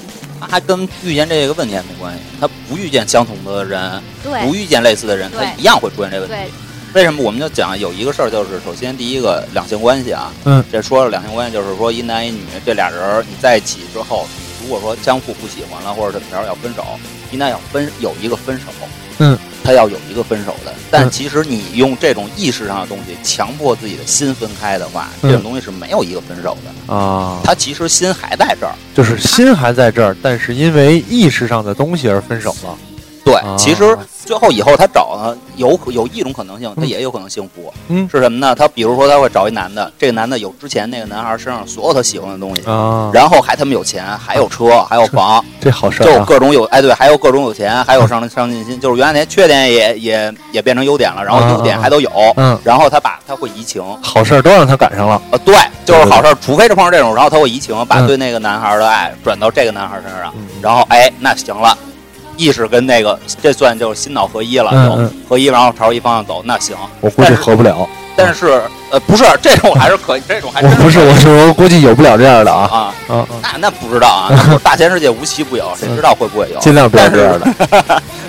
S4: 他跟遇见这个问题还没关系，他不遇见相同的人，不
S8: 对
S4: 遇见类似的人，他
S8: 对
S4: 一样会出现这个问题。
S8: 对，
S4: 为什么我们就讲有一个事儿，就是首先第一个两性关系啊，
S2: 嗯，
S4: 这说了两性关系，就是说一男一女这俩人儿你在一起之后，你如果说相互不喜欢了或者怎么着要分手，应该要分有一个分手，
S2: 嗯，
S4: 他要有一个分手的。但
S2: 嗯
S4: 其实你用这种意识上的东西强迫自己的心分开的话，
S2: 嗯
S4: 这种东西是没有一个分手的。
S2: 啊，
S4: 他其实心还在这儿。
S2: 就是心还在这儿，但是因为意识上的东西而分手了。
S4: 对
S2: 啊，
S4: 其实最后以后他找呢，有有一种可能性，他也有可能幸福。
S2: 嗯
S4: 是什么呢？他比如说他会找一男的，这个男的有之前那个男孩身上所有他喜欢的东西，
S2: 啊，
S4: 然后还他妈有钱，还有车，还有房，
S2: 这好事
S4: 就
S2: 儿
S4: 有
S2: 啊，
S4: 各种有哎对，还有各种有钱，还有上上进心，就是原来那些缺点也也也变成优点了，然后优点还都有，
S2: 嗯，
S4: 然后他把他会移情，
S2: 好事儿都让他赶上了。
S4: 呃对，就是好事儿，除非是碰上这种，然后他会移情，把
S2: 嗯
S4: 对那个男孩的爱转到这个男孩身上，
S2: 嗯
S4: 然后哎那行了。意识跟那个，这算就是心脑合一了，
S2: 嗯
S4: 就
S2: 嗯
S4: 合一，然后朝一方向走，那行。
S2: 我估计合不了，
S4: 但是，呃，不是这种还是可以，这种还
S2: 我
S4: 真
S2: 不是，我是我估计有不了这样的啊
S4: 啊，
S2: 啊啊！
S4: 那那不知道 啊，那就是大千世界无奇不有，谁知道会不会有？
S2: 尽量不要这样的。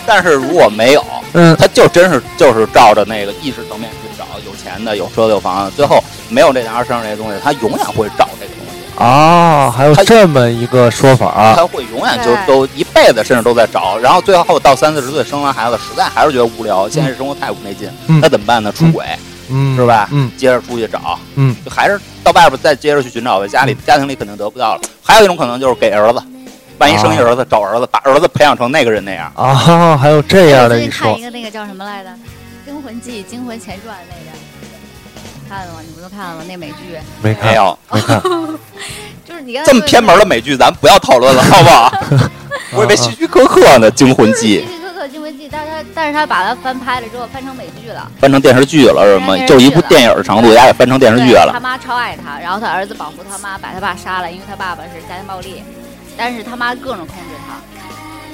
S4: 但是如果没有，
S2: 嗯，
S4: 他就真是就是照着那个意识层面去找，有钱的、有车的、有房的，最后没有这男孩身上这些东西，他永远会找这个东西，
S2: 啊，还有
S4: 他
S2: 这么一个说法啊，
S4: 他会永远就都一辈子甚至都在找，然后最后到三四十岁生完孩子，实在还是觉得无聊，现实生活太无没劲，
S2: 嗯
S4: 那怎么办呢？出轨
S2: 嗯，
S4: 是吧？
S2: 嗯
S4: 接着出去找，
S2: 嗯，
S4: 就还是到外边再接着去寻找呗，家里家庭里肯定得不到了。还有一种可能就是给儿子。万一生一儿子，找儿子，把儿子培养成那个人那样，
S2: 啊，还有这样
S8: 我
S2: 的
S8: 最
S2: 一
S8: 近看
S2: 说
S8: 一个那个叫什么来着，《惊魂记》《惊魂前传》那个，看了吗？你们都看了吗？那美剧
S2: 没
S4: 没
S2: 看
S4: 有
S2: 没看，啊
S8: 就是你刚
S4: 这
S8: 才
S4: 么
S8: 说
S4: 偏门的美剧，咱不要讨论了，好 不好？
S2: 啊
S4: 我以为希区柯克呢，《惊魂
S8: 希
S4: 记
S8: 区柯克《惊魂记》，但是他但是他把它翻拍了之后翻成美剧了，》
S4: 翻成电视剧了是吗？
S8: 翻成电视剧了
S4: 就是一部电影的长度，人家给翻成电视剧
S8: 对
S4: 了
S8: 他。妈超爱他，然后他儿子保护他妈，把他爸杀了，因为他爸爸是家庭暴力，但是他妈各种控制他，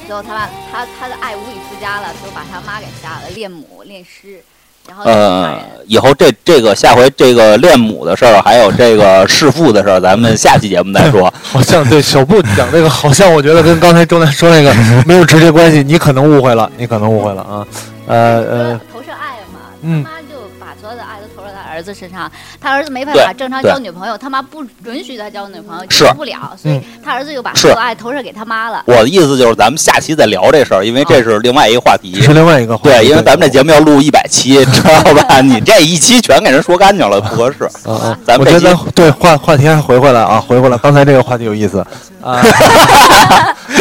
S8: 最后他爸他他的爱无以复加了，就把他妈给杀了，恋母恋尸，然后就杀
S4: 呃
S8: 人。，
S4: 以后这这个下回这个恋母的事儿，啊还有这个弑父的事儿，咱们下期节目再说。
S2: 好像对小布讲这个，好像我觉得跟刚才周南说那个没有直接关系，你可能误会了，你可能误会了啊，呃呃，
S8: 投射爱嘛，嗯他
S2: 嗯
S8: 妈就把所有的爱都投射在他儿子身上，他儿子没办
S4: 对
S8: 法正常
S4: 对
S8: 交女朋友，他妈不允许他交女朋友，
S4: 是
S8: 接受不了，所以
S2: 嗯
S8: 他儿子又把
S4: 是
S8: 所有爱投射给他妈了。
S4: 我的意思就是，咱们下期再聊这事儿，因为这是另外一个话题
S2: 这。是另外一个话题，
S4: 对，因为咱们这节目要录一百期，知道吧？你这一期全给人说干净了，不合适。
S2: 啊啊，
S4: 咱
S2: 我
S4: 们
S2: 觉
S4: 这
S2: 得
S4: 期
S2: 咱对话话题还回回来啊，回回来。刚才这个话题有意思啊，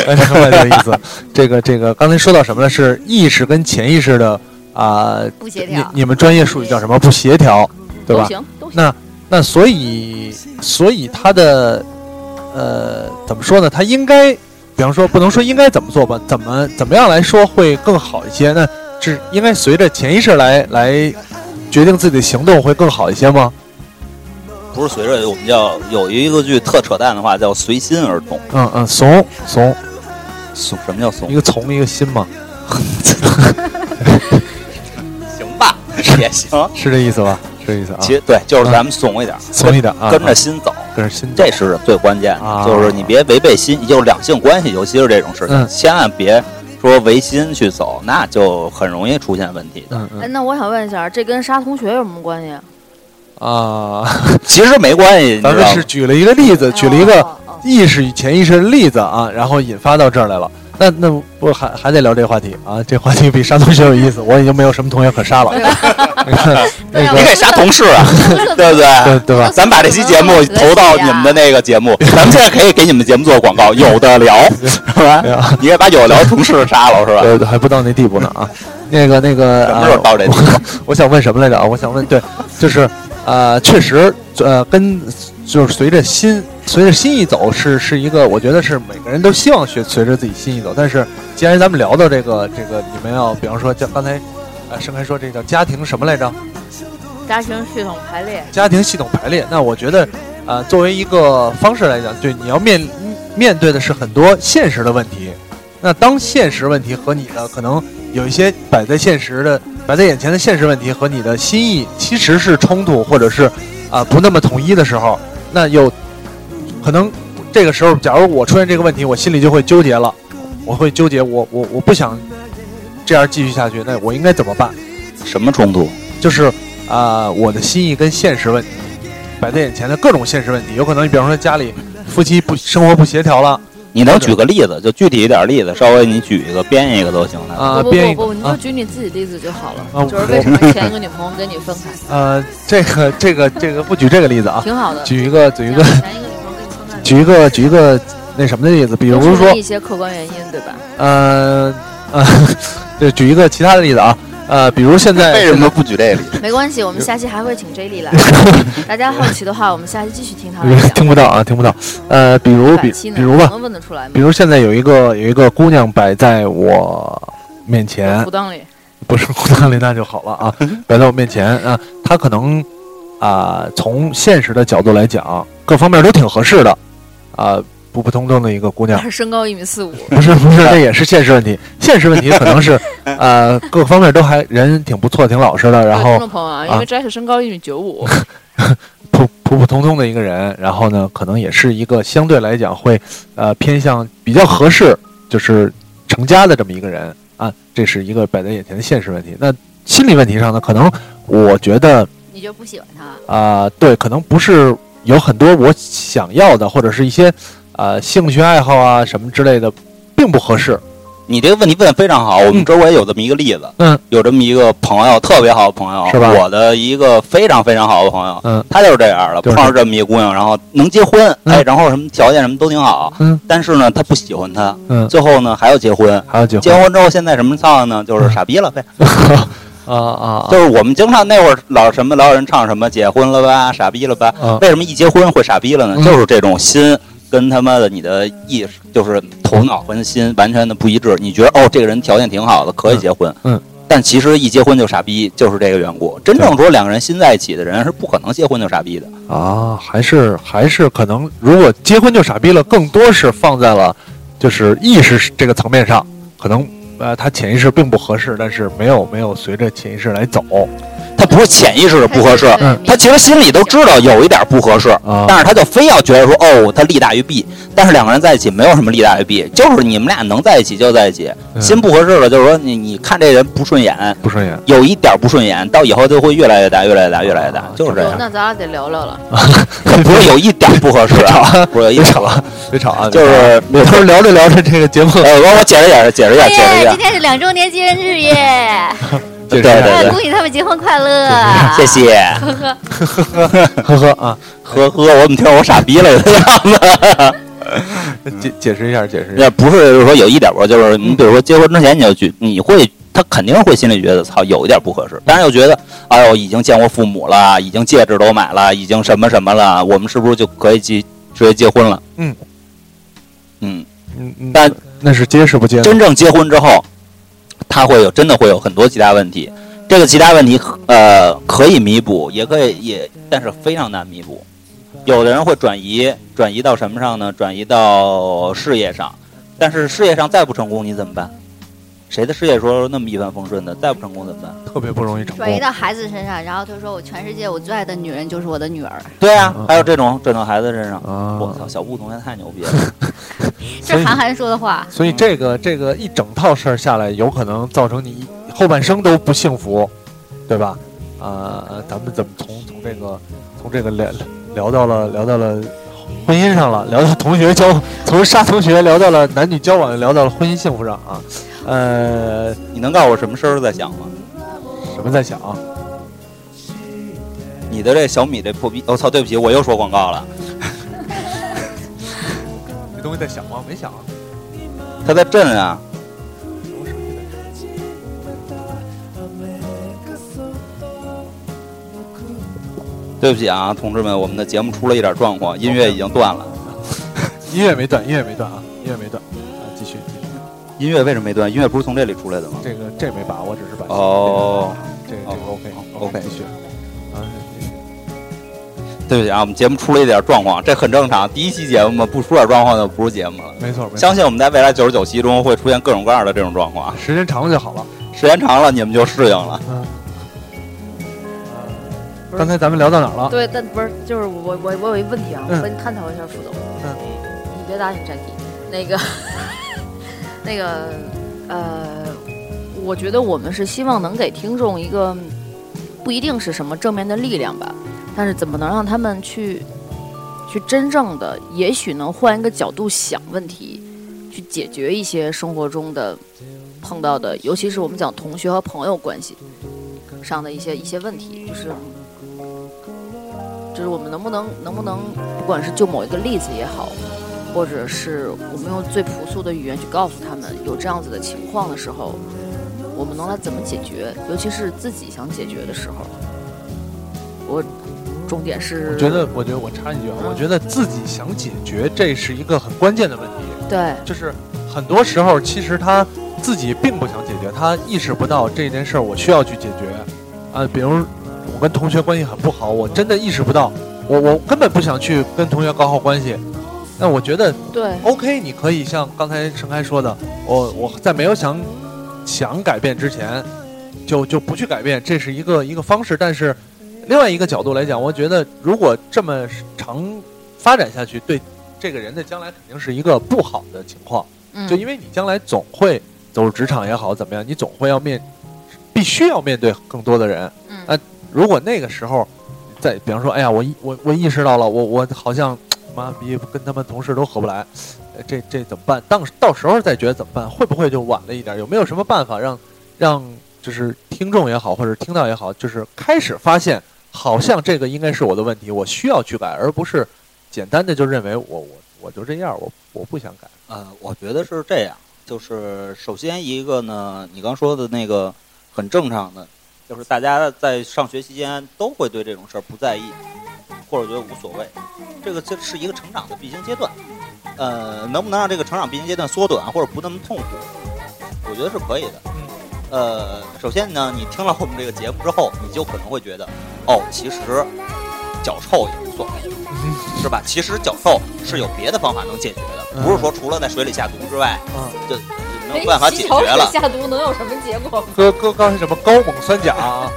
S2: 刚才话题有意思。这个这个，刚才说到什么呢？是意识跟潜意识的啊，
S8: 不协
S2: 你
S8: 调，
S2: 你们专业术语叫什么？不协调，对
S3: 都
S2: 吧？
S3: 行，都行。
S2: 那那所以呃所以他的呃怎么说呢？他应该，比方说不能说应该怎么做吧，怎么怎么样来说会更好一些？那这应该随着潜意识来来决定自己的行动会更好一些吗？
S4: 不是随着我们叫有一个剧特扯淡的话叫随心而动，
S2: 嗯嗯，怂怂，
S4: 怂什么叫怂
S2: 一？个从一个心嘛，
S4: 行吧，也行。
S2: 是这意思吧？是这意思啊
S4: 其，实对，就是咱们啊怂一点，
S2: 怂一点啊，
S4: 跟着
S2: 啊
S4: 心走，
S2: 跟着心走
S4: 这是最关键
S2: 啊
S4: 的。就是你别违背心，就是两性关系，尤其是这种事
S2: 嗯
S4: 情，千万别说违心去走，那就很容易出现问题的。
S2: 嗯
S3: 哎，
S2: 嗯
S3: 那我想问一下，这跟杀同学有什么关系啊？
S2: 啊，
S4: 其实没关系，你
S2: 咱
S4: 知
S2: 们
S4: 道
S2: 是
S4: 吗？
S2: 举了一个例呃子，举了一个
S3: 哦哦哦
S2: 意识与潜意识的例子啊，然后引发到这儿来了。那那不还还得聊这话题啊？这话题比杀同学有意思，我已经没有什么同学可杀了，
S8: 对 啊
S4: 你可以杀同事啊，对
S2: 对
S4: 不对？
S2: 对吧？
S4: 咱把这期节目投到你们的那个节目，咱们现在可以给你们节目做广告，有的聊，是吧
S2: 哎？呀，
S4: 你也把有的聊同事杀了，是吧？
S2: 对呃对还不到那地步呢 啊。那个那个，
S4: 什
S2: 啊
S4: 么时候到这地步？
S2: 我 想问什么来着啊？我想问，对，就是，呃，确实，呃，跟就是随着心随着心意走是是一个，我觉得是每个人都希望学随着自己心意走。但是，既然咱们聊到这个这个，你们要比方说，像刚才，呃，盛开说这叫家庭什么来着？
S3: 家庭系统排列，
S2: 家庭系统排列。那我觉得，呃，作为一个方式来讲，对你要面面对的是很多现实的问题。那当现实问题和你的可能有一些摆在现实的、摆在眼前的现实问题和你的心意其实是冲突，或者是啊、不那么统一的时候，那有可能这个时候，假如我出现这个问题，我心里就会纠结了，我会纠结，我我我不想这样继续下去，那我应该怎么办？
S4: 什么冲突？
S2: 就是啊、我的心意跟现实问题摆在眼前的各种现实问题，有可能你比方说家里夫妻不生活不协调了，
S4: 你能举个例子，就具体一点例子，稍微你举一个编一个都行的。
S2: 啊，
S3: 不不
S2: 编一
S3: 不不，你
S2: 个
S3: 就
S2: 啊，
S3: 举你自己例子就好了。
S2: 啊
S3: 就是为什么前一个女朋友跟你分开，
S2: 呃，这个这个这个不举这个例子啊，
S3: 挺好的。
S2: 举一个举一个
S3: 前一个女朋友跟你分开，
S2: 举一个举一个那什么的例子，比
S3: 比
S2: 如说
S3: 一些客观原因，对吧？
S2: 呃呃，对，举一个其他的例子啊，呃，比如现在
S4: 为什么不举这个例子？
S3: 没关系，我们下期还会请 J 莉来。大家好奇的话，我们下期继续听她来讲。
S2: 听不到啊，听不到，呃，比如比
S3: 百期呢
S2: 比如吧，
S3: 能问得出来吗
S2: 比？如现在有一个有一个姑娘摆在我面前
S3: 裤，裆里，
S2: 不是胡大林那就好了 啊，摆在我面前啊，她可能啊、从现实的角度来讲，各方面都挺合适的啊、普普通通的一个姑娘，
S3: 身高一米四五，
S2: 不是不是，这也是现实问题，现实问题可 能是呃各方面都还人挺不错，挺老实的，然
S9: 对
S2: 后
S9: 听众朋友啊，因为 Jack 身高一米九五，
S2: 普普普通通的一个人，然后呢，可能也是一个相对来讲会呃偏向比较合适，就是成家的这么一个人啊，这是一个摆在眼前的现实问题。那心理问题上呢，可能我觉得
S8: 你就不喜欢他？
S2: 啊、对，可能不是有很多我想要的，或者是一些呃兴趣爱好啊什么之类的，并不合适。
S4: 你这个问题问的非常好，我们周围有这么一个例子，
S2: 嗯，
S4: 有这么一个朋友，特别好的朋友，
S2: 是吧
S4: 我的一个非常非常好的朋友，
S2: 嗯，
S4: 他就是这样的，
S2: 就是
S4: 碰上这么一个姑娘，然后能结婚，
S2: 嗯
S4: 哎，然后什么条件什么都挺好，
S2: 嗯，
S4: 但是呢，他不喜欢她，
S2: 嗯
S4: 最后呢还要结婚，
S2: 还有结
S4: 结
S2: 婚嗯
S4: 婚之后现在什么操呢？就是傻逼了呗，
S2: 啊啊
S4: 就是我们经常那会儿老什么老有人唱什么结婚了吧，傻逼了吧，
S2: 啊！
S4: 为什么一结婚会傻逼了呢？
S2: 嗯
S4: 就是这种心跟他妈的你的意识，就是头脑和心完全的不一致。你觉得哦，这个人条件挺好的，可以结婚，
S2: 嗯嗯
S4: 但其实一结婚就傻逼，就是这个缘故。真正说两个人心在一起的人是不可能结婚就傻逼的。
S2: 啊，还是还是可能，如果结婚就傻逼了，更多是放在了就是意识这个层面上，可能呃他潜意识并不合适，但是没有没有随着潜意识来走
S4: 他不是潜意识的不合适，
S2: 嗯
S4: 他其实心里都知道有一点不合适，
S2: 啊
S4: 但是他就非要觉得说哦，他利大于弊。但是两个人在一起没有什么利大于弊，就是你们俩能在一起就在一起，
S2: 嗯
S4: 心不合适了，就是说你你看这人不顺眼，
S2: 不顺眼。
S4: 有一点不顺眼，到以后就会越来越大，越来越大，越来越大，哦就是这
S3: 哟
S4: 样。
S3: 那咱俩得聊聊了。
S4: 不是有一点不合适啊， 不是有一
S2: 别
S4: 点
S2: 吵啊，别吵啊！
S4: 就是
S2: 有 时候聊着聊着这个节 目，
S4: 呃，我我解释解释解释一下，解释一
S8: 耶，哎今
S4: 下，
S8: 天是两周年纪念日耶！
S2: 对
S4: 对对
S8: 哎恭喜他们结婚快乐！
S4: 谢 谢。
S2: 呵呵啊，
S4: 呵呵，我怎么听着我傻逼了 的样子？
S2: 解解释一下，解释一下
S4: 也不是就是说有一点不，就是你比如说结婚之前你就去，你会他肯定会心里觉得操有一点不合适，但是又觉得哎呦已经见过父母了，已经戒指都买了，已经什么什么了，我们是不是就可以结直接结婚了？
S2: 嗯
S4: 嗯，
S2: 嗯，嗯
S4: 但
S2: 那是结实不结实？
S4: 真正结婚之后，他会有真的会有很多其他问题。这个其他问题，呃，可以弥补，也可以也，但是非常难弥补。有的人会转移，转移到什么上呢？转移到事业上，但是事业上再不成功，你怎么办？谁的事业说那么一帆风顺的，再不成功怎么办？
S2: 特别不容易成
S8: 转移
S2: 功。
S8: 到孩子身上，然后他说：“我全世界我最爱的女人就是我的女儿。
S4: 对啊
S2: 嗯，
S4: 还有这种转到孩子身上，我
S2: 啊，
S4: 操，小布同学太牛逼了，”
S8: 这是韩寒说的话。
S2: 所以这个这个一整套事儿下来，有可能造成你后半生都不幸福，对吧？啊、咱们怎么从从这个从这个聊聊到了聊到了婚姻上了，聊到同学交，从杀同学聊到了男女交往，聊到了婚姻幸福上啊。呃，
S4: 你能告诉我什么声儿在响吗？
S2: 什么在想啊？
S4: 你的这小米这破逼，我、操，对不起，我又说广告了，
S2: 这东西在想吗？没想啊。
S4: 它在震啊。
S2: 我手机在
S4: 对不起啊，同志们，我们的节目出了一点状况，音乐已经断了。
S2: 音乐没断，音乐没断啊，音乐没断啊，继续。继续
S4: 音乐为什么没断？音乐不是从这里出来的吗？
S2: 这个这没把，我只是把
S4: 哦，
S2: 这个这个
S4: 哦
S2: OK
S4: 哦
S2: OK
S4: OK
S2: 继续啊，
S4: 对不起啊，我们节目出了一点状况，这很正常。第一期节目嘛，不出点状况就不是节目了。
S2: 没错没错，
S4: 相信我们在未来九十九期中会出现各种各样的这种状况，
S2: 时间长了就好了。
S4: 时间长了你们就适应了。
S3: 不
S2: 呃
S3: 是
S2: 刚才咱们聊到哪儿了？
S3: 对，但不是，就是我我我有一问题啊，
S2: 嗯
S3: 我跟你探讨一下副总。
S2: 嗯
S3: 你别答应 Jacky，那个 那个呃，我觉得我们是希望能给听众一个不一定是什么正面的力量吧，但是怎么能让他们去去真正的，也许能换一个角度想问题，去解决一些生活中的碰到的，尤其是我们讲同学和朋友关系上的一些一些问题，就是就是我们能不能能不能，不管是就某一个例子也好，或者是我们用最朴素的语言去告诉他们有这样子的情况的时候，我们能来怎么解决，尤其是自己想解决的时候，我重点是
S2: 我觉得，我觉得我插一句啊，
S3: 嗯
S2: 我觉得自己想解决这是一个很关键的问题，
S3: 对
S2: 就是很多时候其实他自己并不想解决，他意识不到这件事儿我需要去解决。啊、比如我跟同学关系很不好，我真的意识不到，我我根本不想去跟同学搞好关系。那我觉得
S3: 对
S2: OK，你可以像刚才盛开说的，我我在没有想想改变之前，就就不去改变，这是一个一个方式。但是另外一个角度来讲，我觉得如果这么长发展下去，对这个人的将来肯定是一个不好的情况。
S3: 嗯
S2: 就因为你将来总会走入职场也好，怎么样，你总会要面，必须要面对更多的人。
S3: 嗯
S2: 啊，如果那个时候，再比方说，哎呀，我意我我意识到了，我我好像妈逼跟他们同事都合不来，呃这这怎么办？当到时候再觉得怎么办，会不会就晚了一点？有没有什么办法让让就是听众也好，或者听到也好，就是开始发现，好像这个应该是我的问题，我需要去改，而不是简单的就认为我我我就这样，我我不想改。
S4: 呃，我觉得是这样，就是首先一个呢，你刚说的那个很正常的，就是大家在上学期间都会对这种事儿不在意，或者觉得无所谓，这个这是一个成长的必经阶段。呃，能不能让这个成长必经阶段缩短或者不那么痛苦，我觉得是可以的。呃，首先呢，你听了我们这个节目之后，你就可能会觉得，哦，其实脚臭也无所谓。是吧？其实脚臭是有别的方法能解决的，
S2: 嗯
S4: 不是说除了在水里下毒之外，
S2: 嗯，
S4: 就没有办法解决了。
S3: 下毒能有什么结果？
S2: 哥哥刚才什么高锰酸钾啊？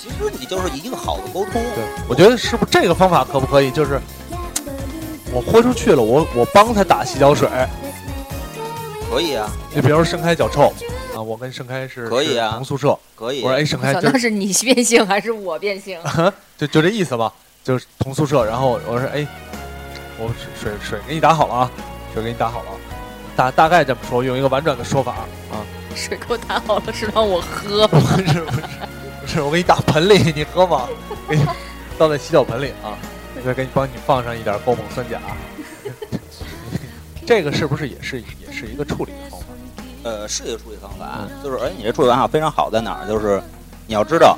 S4: 其实你就是一个好的沟通，
S2: 对，我觉得是不是这个方法可不可以？就是我豁出去了，我我帮他打洗脚水。
S4: 可以啊，
S2: 你比如说盛开脚臭啊，我跟盛开是
S4: 可以啊
S2: 是同宿舍。
S4: 可以
S2: 我。说哎，盛开
S3: 想
S2: 就
S3: 那是你变性还是我 变性？
S2: 就就这意思吧，就是同宿舍。然后我说哎，我水水给你打好了啊，水给你打好了啊，大大概这么说，用一个婉转的说法啊，
S3: 水给我打好了，是让我喝。
S2: 不是不是不是，我给你打盆里，你喝吗？给你倒在洗脚盆里啊，再给你帮你放上一点高锰酸钾。啊 这个是不是也是也是一个处理的方法？
S4: 呃，是一个处理方法，就是哎而且你这处理方法非常好在哪儿？就是你要知道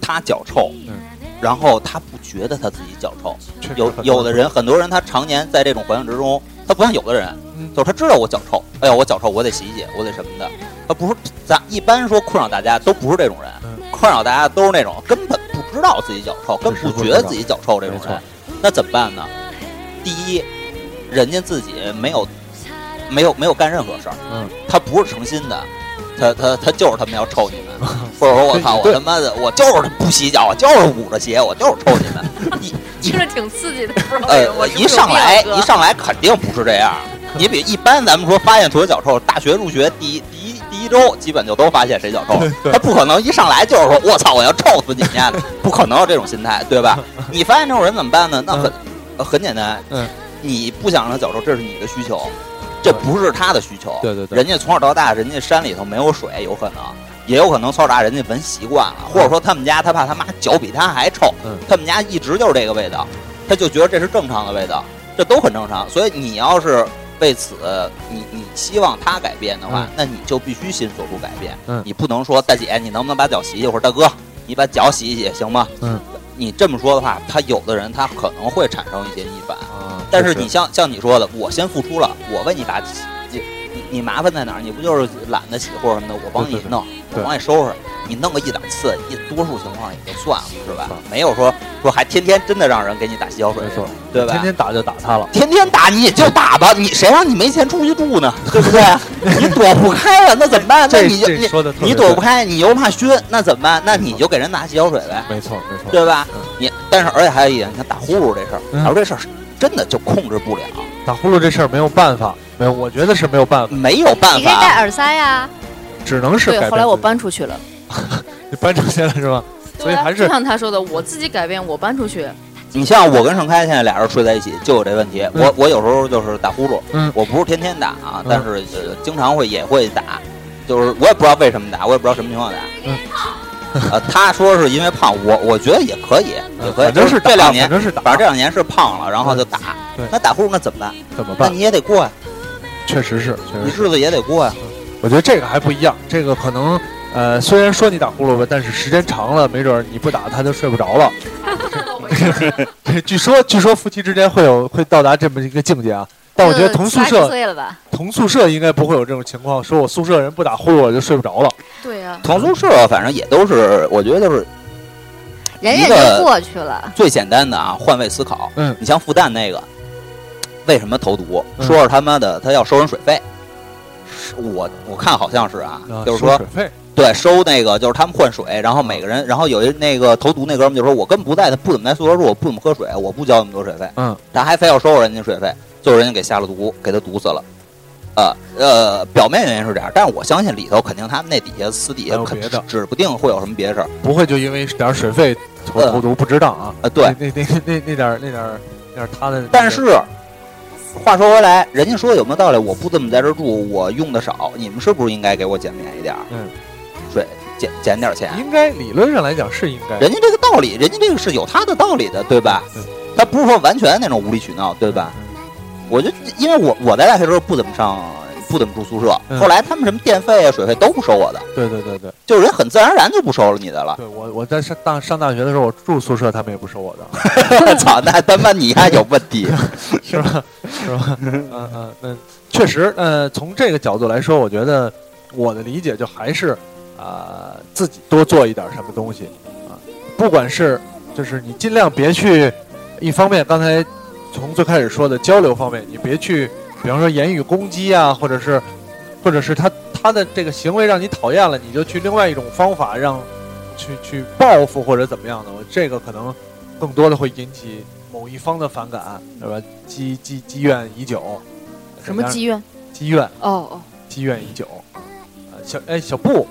S4: 他脚臭，
S2: 嗯
S4: 然后他不觉得他自己脚臭。
S2: 确实
S4: 有
S2: 很
S4: 有的人，很多人他常年在这种环境之中，他不像有的人，
S2: 嗯
S4: 就是他知道我脚臭，哎呀，我脚臭，我得洗一洗，我得什么的。他不是咱一般说困扰大家都不是这种人，
S2: 嗯
S4: 困扰大家都是那种根本不知道自己脚臭，根本不觉得自己脚臭这种
S2: 没
S4: 人
S2: 错，
S4: 那怎么办呢？第一，人家自己没有没有没有干任何事儿，
S2: 嗯，
S4: 他不是诚心的，他他他就是他妈要臭你 们，或者说我操
S2: 对
S4: 我他妈的我就是不洗脚，我就是捂着鞋，我就是臭你们，一
S3: 听着挺刺激的，不知道
S4: 呃，
S3: 为什么是不是
S4: 一上
S3: 有病啊
S4: 来
S3: 哥
S4: 一上来肯定不是这 样。你比一般咱们说发现左脚臭，大学入学第一第一第一周基本就都发现谁脚臭了。他不可能一上来就是说我操我要臭死你家的，不可能有这种心态，对 吧？你发现这种人怎么办呢？那很、
S3: 嗯
S4: 呃很简单，
S2: 嗯，
S4: 你不想让他脚臭，这是你的需求，这不是他的需求。
S2: 对对对
S4: 人家从小到大，人家山里头没有水，有可能。也有可能从小到大人家闻习惯了，或者说他们家他爸他妈脚比他还臭，
S2: 嗯
S4: 他们家一直就是这个味道，他就觉得这是正常的味道，这都很正常。所以你要是为此你你希望他改变的话，
S2: 嗯
S4: 那你就必须心所不改变。
S2: 嗯
S4: 你不能说大姐，你能不能把脚洗洗，或者大哥，你把脚洗一洗行吗？
S2: 嗯，
S4: 你这么说的话，他有的人他可能会产生一些逆反。
S2: 啊，
S4: 但是你像像你说的，我先付出了，我为你打洗，你你你麻烦在哪儿？你不就是懒得洗或者什么的，我帮
S2: 对
S4: 你
S2: 对对
S4: 弄，
S2: 对
S4: 我帮你收拾。你弄个一两次，一多数情况也就算了，是吧
S2: 算了？
S4: 没有说说还天天真的让人给你打洗脚水
S2: 没，错，
S4: 对吧
S2: 天？天打就打他了，
S4: 天天打你也就打吧，你谁让你没钱出去住呢？对不对？啊你躲不开啊了，那怎么办？那
S2: 这
S4: 你就
S2: 这
S4: 你
S2: 说的特别
S4: 你躲不
S2: 对，
S4: 开，你又怕熏，那怎么办？那你就给人打洗脚水呗，
S2: 没错没错，
S4: 对吧
S2: 嗯？
S4: 你但是而且还有一点，你看打呼噜这事儿，
S2: 嗯
S4: 打呼噜这事儿是真的就控制不了，
S2: 打呼噜这事儿没有办法，没有，我觉得是没有办法，
S4: 没有办
S8: 你可以戴
S4: 法。
S8: 耳塞啊，
S2: 只能是改
S3: 对，
S2: 变
S3: 后来
S2: 自
S3: 我
S2: 己
S3: 搬啊出去了，
S2: 你搬出去了是吧？所以还
S3: 就是像他说的，我自己改变，我搬出去，
S4: 你像我跟盛开现在俩人睡在一起就有这问题，
S2: 嗯
S4: 我我有时候就是打呼噜，
S2: 嗯
S4: 我不是天天打啊
S2: 嗯，
S4: 但是呃经常会也会打，就是我也不知道为什么打，我也不知道什么情况打。
S2: 嗯
S4: 呃，他说是因为胖，我我觉得也可以，也可
S2: 嗯
S4: 以。
S2: 呃反正
S4: 就是
S2: 打，
S4: 这两年
S2: 反，正是打，
S4: 反正这两年是胖了，然后就打
S2: 对。
S4: 那打呼噜那怎么办？
S2: 怎么
S4: 那
S2: 办？
S4: 你也得过呀，
S2: 确实是，确
S4: 你
S2: 实是。
S4: 日子也得过呀。
S2: 我觉得这个还不一样，这个可能呃，虽然说你打呼噜吧，但是时间长了，没准儿你不打他就睡不着 了。 这据说据说夫妻之间会有会到达这么一个境界啊，但我觉得
S3: 呃
S2: 同宿
S8: 80
S2: 舍
S8: 岁了吧？
S2: 同宿舍应该不会有这种情况，说我宿舍人不打呼噜我就睡不着了。
S3: 对呀、
S4: 同宿舍反正也都是，我觉得就是
S8: 人
S4: 一
S8: 家
S4: 个
S8: 就过去了，
S4: 最简单的啊，换位思考。
S2: 嗯
S4: 你像复旦那个，为什么投毒？
S2: 嗯
S4: 说是他妈的他要收人水费，是我我看好像是啊，
S2: 啊
S4: 就是
S2: 收
S4: 说
S2: 水啊费
S4: 对收那个就是他们换水，然后每个人，然后有一那个投毒那哥们就说，我根本不在，他不怎么在宿舍住，我不怎么喝水，我不交那么多水费，
S2: 嗯，
S4: 他还非要收人家水费，最后人家给下了毒，给他毒死了。呃呃，表面原因是这样，但是我相信里头肯定他们那底下私
S2: 还
S4: 底下
S2: 有
S4: 肯
S2: 别的
S4: 指不定会有什么别的事儿。
S2: 不会就因为点儿水费投
S4: 嗯
S2: 投毒不值当啊？
S4: 呃，对，
S2: 那那那那那点儿那点儿那点儿他的，
S4: 但是话说回来，人家说有没有道理？我不怎么在这儿住，我用的少，你们是不是应该给我减免一点？
S2: 嗯，
S4: 税减减点钱。
S2: 应该理论上来讲是应该
S4: 人家这个道理，人家这个是有他的道理的，对吧
S2: 对？
S4: 他不是说完全那种无理取闹，对吧？
S2: 嗯
S4: 我就因为我我在大学时候不怎么上，不怎么住宿舍，
S2: 嗯
S4: 后来他们什么电费啊、水费都不收我的，
S2: 对对对对
S4: 就是人很自然而然就不收了你 的了。
S2: 对，我我在上大上大学的时候，我住宿舍，他们也不收我的。
S4: 操，那他妈你还有问题？
S2: 是吧？是吧？嗯嗯，那确实，呃，从这个角度来说，我觉得我的理解就还是啊、自己多做一点什么东西啊，不管是就是你尽量别去，一方面刚才从最开始说的交流方面，你别去，比方说言语攻击啊，或者是或者是他他的这个行为让你讨厌了，你就去另外一种方法让去去报复或者怎么样的，我这个可能更多的会引起某一方的反感，对吧？积积积怨已久，
S3: 什么
S2: 怎样
S3: 妓院？
S2: 积怨
S3: 哦哦，
S2: 积怨已久。呃，小哎小布，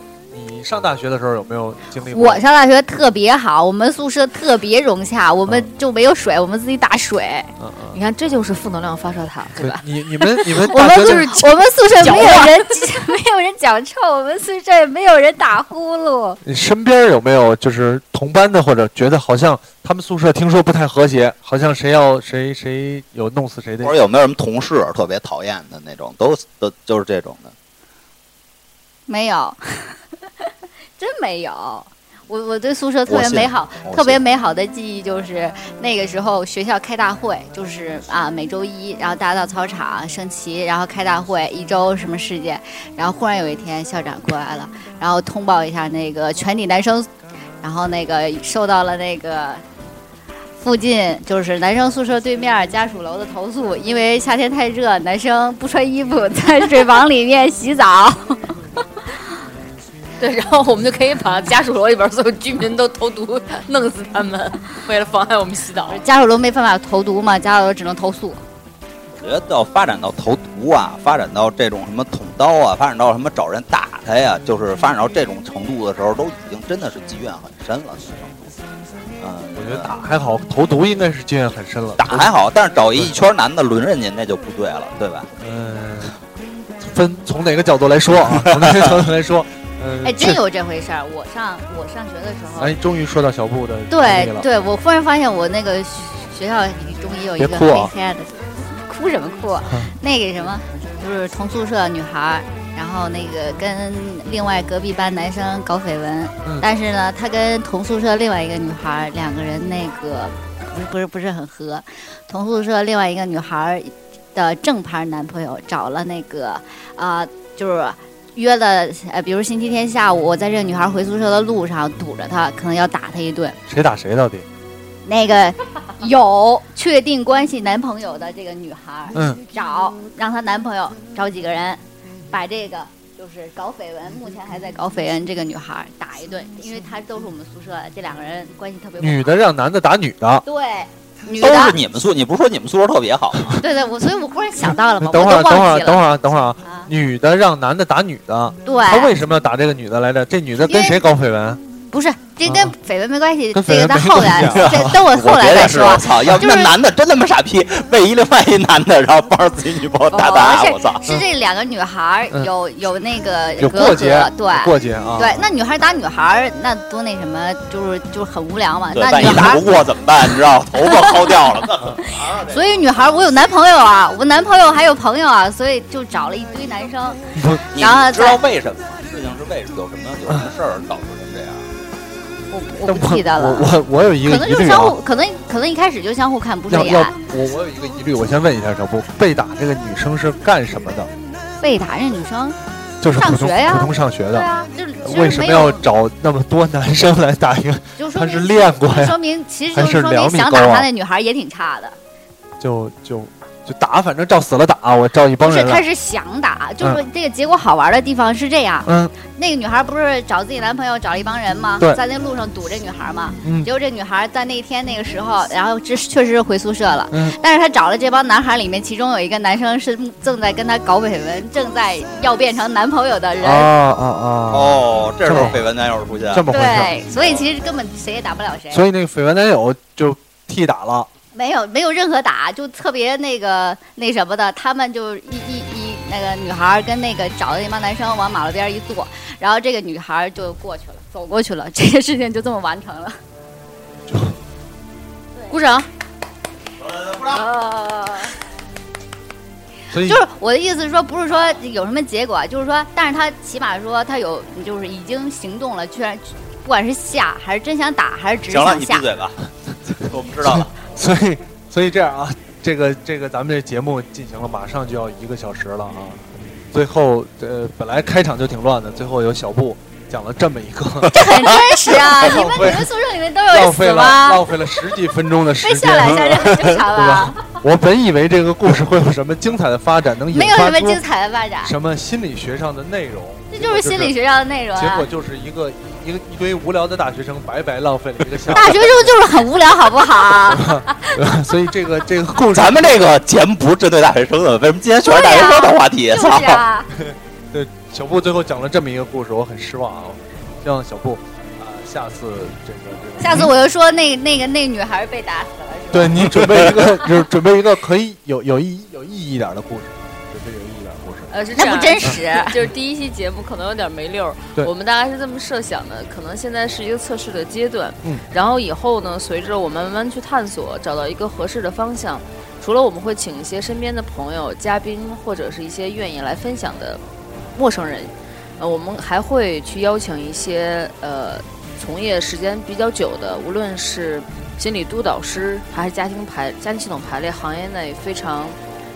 S2: 你上大学的时候有没有经历过？
S8: 我上大学特别好，我们宿舍特别融洽，我们就没有水，我们自己打水。
S2: 嗯嗯，
S3: 你看这就是负能量发射塔，对
S2: 对
S3: 吧？
S2: 你你们你们
S8: 我
S2: 大
S8: 们
S2: 学
S8: 就
S2: 的
S8: 是我们宿舍
S9: 讲
S8: 没
S9: 话
S8: 有人 没有人讲臭，我们宿舍也没有人打呼噜。
S2: 你身边有没有就是同班的，或者觉得好像他们宿舍听说不太和谐，好像谁要谁谁有弄死谁的
S4: 或者有没有什么同事特别讨厌的那种？都都就是这种的。
S8: 没有，真没有。我我对宿舍特
S4: 我
S8: 别
S4: 信
S8: 美好，
S4: 我
S8: 特别
S4: 信
S8: 美好的记忆就是那个时候学校开大会，就是啊每周一，然后大家到操场升旗，然后开大会，一周什么事件，然后忽然有一天校长过来了，然后通报一下那个全体男生，然后那个受到了那个。附近就是男生宿舍对面家属楼的投诉，因为夏天太热，男生不穿衣服在水房里面洗澡。
S9: 对，然后我们就可以把家属楼里边所有居民都投毒，弄死他们，为了妨碍我们洗澡。
S8: 家属楼没办法投毒嘛，家属楼只能投诉。
S4: 我觉得要发展到投毒啊，发展到这种什么捅刀啊，发展到什么找人打他呀，就是发展到这种程度的时候，都已经真的是积怨很深了。这种嗯，
S2: 我觉得打还好，投毒应该是经验很深了。
S4: 打还好，但是找一圈男的轮人家那就不对了，对吧？
S2: 嗯，分从哪个角度来说 啊？从哪个角度来说？嗯，
S8: 哎，
S2: 确
S8: 真有这回事儿。我上我上学的时候，
S2: 哎，终于说到小布的经历
S8: 对
S2: 了。
S8: 对，我忽然发现我那个学学校里终于有一
S2: 别
S8: 个
S2: 哭啊嗯
S8: 黑黑的，哭什么哭？啊 那个什么，就是同宿舍女孩儿，然后那个跟另外隔壁班男生搞绯闻，
S2: 嗯
S8: 但是呢，她跟同宿舍另外一个女孩儿两个人那个不是不是不是很合，同宿舍另外一个女孩儿的正牌男朋友找了那个啊、就是。约了，呃，比如星期天下午，我在这个女孩回宿舍的路上堵着她，可能要打她一顿。
S2: 谁打谁到底？
S8: 那个有确定关系男朋友的这个女孩儿，
S2: 嗯，
S8: 找让她男朋友找几个人，把这个就是搞绯闻，目前还在搞绯闻这个女孩儿打一顿，因为她都是我们宿舍的，这两个人关系特别不好。
S2: 女的让男的打女的。
S8: 对，女
S4: 都是
S8: 的，
S4: 你们宿，你不是说你们宿舍特别好吗？
S8: 对对，我所以我忽然想到了嘛，
S2: 等会儿，
S8: 我都
S2: 等会
S8: 忘
S2: 儿，
S8: 记
S2: 等
S8: 了
S2: 会儿啊，等会儿啊！
S8: 啊，
S2: 女的让男的打女的，他
S8: 对，
S2: 为什么要打这个女的来着？这女的
S8: 因
S2: 跟
S8: 为
S2: 谁搞绯闻？
S8: 不是，这跟
S2: 啊
S8: 绯闻没关系，
S2: 跟
S8: 这
S2: 绯
S8: 个
S2: 闻
S8: 到
S2: 没
S8: 后
S2: 关
S8: 来，
S2: 系啊
S8: 这等我 后
S4: 我
S8: 来
S4: 觉
S8: 再
S4: 得是
S8: 说
S4: 我。操，要不
S8: 就是
S4: 那男的真他妈傻逼，为一另外一男的，然后帮着自己女朋友打打，
S8: 哦
S4: 我操！
S8: 是这两个女孩儿
S2: 嗯
S8: 有有那个
S2: 有
S8: 隔
S2: 嗯过节
S8: 阂，，对
S2: 有过节啊，
S8: 对，那女孩打女孩儿，那多那什么，就是就是很无聊嘛。
S4: 对，
S8: 那
S4: 万
S8: 女
S4: 一打
S8: 孩
S4: 不
S8: 儿，
S4: 过怎么办？你知道，头发薅掉了。
S8: 所以女孩儿，我有男朋友啊，我男朋友还有朋友啊，所以就找了一堆男生。
S4: 你
S8: 然后
S4: 知道为什么吗？事情是为什么？有什么有什么事儿导致成这样？
S8: 我我
S2: 但
S8: 不记得
S2: 我
S8: 了，
S2: 我我有一
S8: 可
S2: 个
S8: 能
S2: 疑
S8: 就是
S2: 虑
S8: 相
S2: 啊，
S8: 互，可能可能一开始就相互看不啊顺
S2: 要要
S8: 眼。
S2: 我我有一个疑虑，我先问一下小布，被打这个女生是干什么的？
S8: 被打这女生，
S2: 就是普
S8: 上
S2: 通
S8: 学呀
S2: 普通上学
S8: 对
S2: 的，
S8: 啊，就是
S2: 为
S8: 就是
S2: 什
S8: 没
S2: 么
S8: 有
S2: 要，找那么多男生来打一个？
S8: 就说
S2: 他是
S8: 明
S2: 练过
S8: 就
S2: 呀，
S8: 说明其实
S2: 还
S8: 就是说明
S2: 两米
S8: 想
S2: 高
S8: 打
S2: 啊
S8: 他那女孩也挺差的。
S2: 就就就打，反正照死了打，我照一帮
S8: 不是，
S2: 人
S8: 他
S2: 来。
S8: 是想打，就是这个结果好玩的地方是这样：
S2: 嗯
S8: 那个女孩不是找自己男朋友找了一帮人吗
S2: 对？
S8: 在那路上堵这女孩嘛。
S2: 嗯
S8: 结果这女孩在那天那个时候，然后这确实是回宿舍了。
S2: 嗯
S8: 但是她找了这帮男孩里面，其中有一个男生是正在跟她搞绯闻，正在要变成男朋友的人。
S2: 啊啊啊！
S4: 哦，这时候绯闻男友出现，
S2: 这么回事。
S8: 对，所以其实根本谁也打不了谁，
S2: 所以那个绯闻男友就替打了，
S8: 没有没有任何打，就特别那个那什么的，他们就一一一那个女孩儿跟那个找的那帮男生往马路边儿一坐，然后这个女孩儿就过去了，走过去了，这个事情就这么完 成了。
S10: 鼓掌。
S8: 哦
S2: 所以
S8: 就是我的意思是说，不是说有什么结果，啊就是说，但是他起码说他有，就是已经行动了，居然不管是吓还是真想打，还是只是
S4: 行了，
S8: 想
S4: 你闭
S8: 吓，
S4: 嘴吧。我们知道了，
S2: 所以所以这样啊，这个这个咱们这节目进行了马上就要一个小时了啊，最后呃本来开场就挺乱的，最后有小布讲了这么一个
S8: 这很真实啊！ 你们
S2: 浪
S8: 你
S2: 费
S8: 们宿舍里面都有
S2: 浪
S8: 人
S2: 费
S8: 死
S2: 了
S8: 吗？
S2: 浪费了十几分钟的时
S8: 被
S2: 间，
S8: 吓两下这 很正常啊
S2: 对
S8: 吧？
S2: 吧？我本以为这个故事会有什么精彩的发展，能引
S8: 没有
S2: 发
S8: 什么
S2: 出
S8: 精彩的发展，
S2: 什么心理学上的内容，
S8: 这就是心理学上的内容
S2: 结
S8: 啊
S2: 果。就是一个一个一堆无聊的大学生白白浪费了一个下午
S8: 大 学生就是很无聊，好啊不好？
S2: 呃，所以这个这个故事，
S4: 咱们这个节目不是针对大学生的，为什么今天全是大学生的话题？
S8: 就是
S4: 操！
S8: 啊，
S2: 对小布最后讲了这么一个故事，我很失望啊！希望小布啊、下次这个这个，
S8: 下次我就说那那个那女孩被打死了，是吧？
S2: 对你准备一 个，就是准备一个可以有有意有意义一点的故事，准备有意义一点的故事。
S3: 呃，是这
S8: 那
S3: 样
S8: 不 真实。
S3: 就是第一期节目可能有点没溜儿
S2: 对，
S3: 我们大概是这么设想的，可能现在是一个测试的阶段，
S2: 嗯，
S3: 然后以后呢，随着我们慢慢去探索，找到一个合适的方向，除了我们会请一些身边的朋友、嘉宾或者是一些愿意来分享的陌生人，呃，我们还会去邀请一些呃从业时间比较久的，无论是心理督导师还是家庭排家庭系统排列行业内非常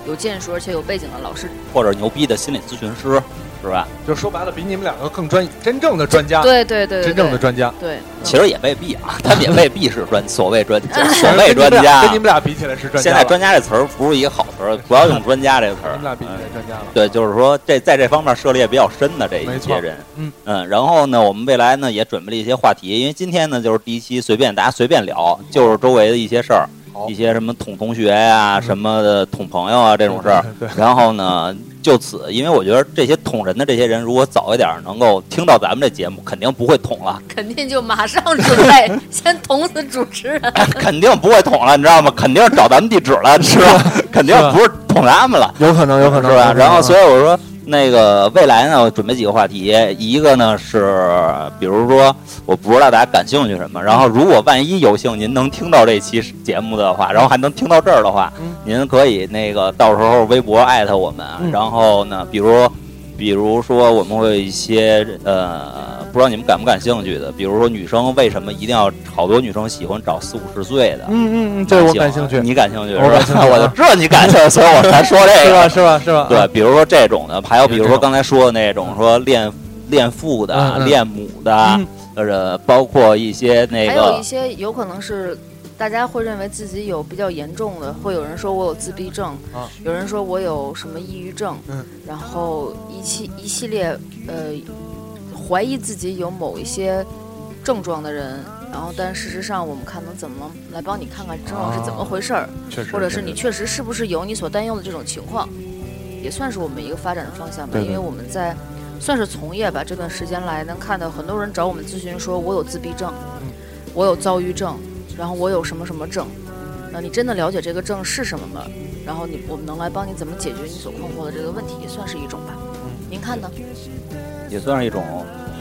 S3: 有建树而且有背景的老师
S4: 或者牛逼的心理咨询师，是吧？
S2: 就说白了，比你们两个更专，真正的专家，
S3: 对对对对，
S2: 啊真正的
S3: 对
S2: 专家，
S3: 对，嗯
S4: 其实也未必 啊，他们也未必是专所谓专
S8: 嗯
S4: 家，所
S2: 跟
S4: 谓
S2: 你们
S4: 专
S2: 俩
S4: 家啊
S2: 跟。你们俩比起来是专家
S4: 现
S2: 了，
S4: 在“专家”这词儿不是一个好词儿，不要用“专家”这个词
S2: 跟
S4: 儿
S2: 你们。俩比起
S4: 嗯
S2: 来专家了。
S4: 对，就是说这在这方面涉猎比较深的这一
S2: 没
S4: 些
S2: 错
S4: 人，
S2: 嗯
S4: 然后呢，我们未来呢也准备了一些话题，因为今天呢就是第一期，随便大家随便聊，就是周围的一些事儿
S2: 好，
S4: 一些什么捅同学呀、
S2: 嗯
S4: 什么的捅朋友啊这
S2: 这
S4: 种事儿。，
S2: 对，
S4: 然后呢，就此，因为我觉得这些捅人的这些人，如果早一点能够听到咱们这节目，肯定不会捅了，
S3: 肯定就马上准备先捅死主持人。
S4: 肯定不会捅了，你知道吗？肯定找咱们地址了，是吧？肯定
S2: 是吧
S4: 不是捅他们了。
S2: 有可能，有可能
S4: 是吧？然后所
S2: 以
S4: 以我说，那个未来呢，我准备几个话题，一个呢是，比如说，我不知道大家感兴趣什么，然后如果万一有幸您能听到这期节目的话，然后还能听到这儿的话，
S2: 嗯
S4: 您可以那个到时候微博艾特我们，啊
S2: 嗯
S4: 然后呢，比如。比如说，我们会有一些呃，不知道你们感不感兴趣的，比如说女生为什么一定要，好多女生喜欢找四五十岁的，啊
S2: 嗯嗯嗯，这我感兴趣，
S4: 你感兴趣是
S2: 我感兴趣
S4: 吧？
S2: 啊
S4: 我就知道你感兴趣，所以我才说这
S2: 是
S4: 个
S2: 吧？。是吧？是吧？嗯
S4: 对，比如说这种的，还有比如
S2: 啊
S4: 说
S2: 这种嗯
S4: 刚才说的那种说练练父的、
S2: 嗯嗯
S4: 练母的
S2: 嗯，
S4: 呃，包括一些那
S3: 还有
S4: 个
S3: 一，些有可能是大家会认为自己有比较严重的，会有人说我有自闭症，
S2: 啊
S3: 有人说我有什么抑郁症，
S2: 嗯
S3: 然后一系一系列呃怀疑自己有某一些症状的人。然后，但事实上，我们看能怎么来帮你看看症状是怎么回事儿，
S2: 确实，
S3: 或者是你
S2: 确实
S3: 确实是不是有你所担忧的这种情况，也算是我们一个发展的方向吧。
S2: 对对
S3: 因为我们在算是从业吧。这段时间来能看到很多人找我们咨询，说我有自闭症，
S2: 嗯
S3: 我有躁郁症，然后我有什么什么症。那你真的了解这个症是什么吗？然后你我们能来帮你怎么解决你所困惑的这个问题，也算是一种吧。
S2: 嗯
S3: 您看呢？
S4: 也算是一种。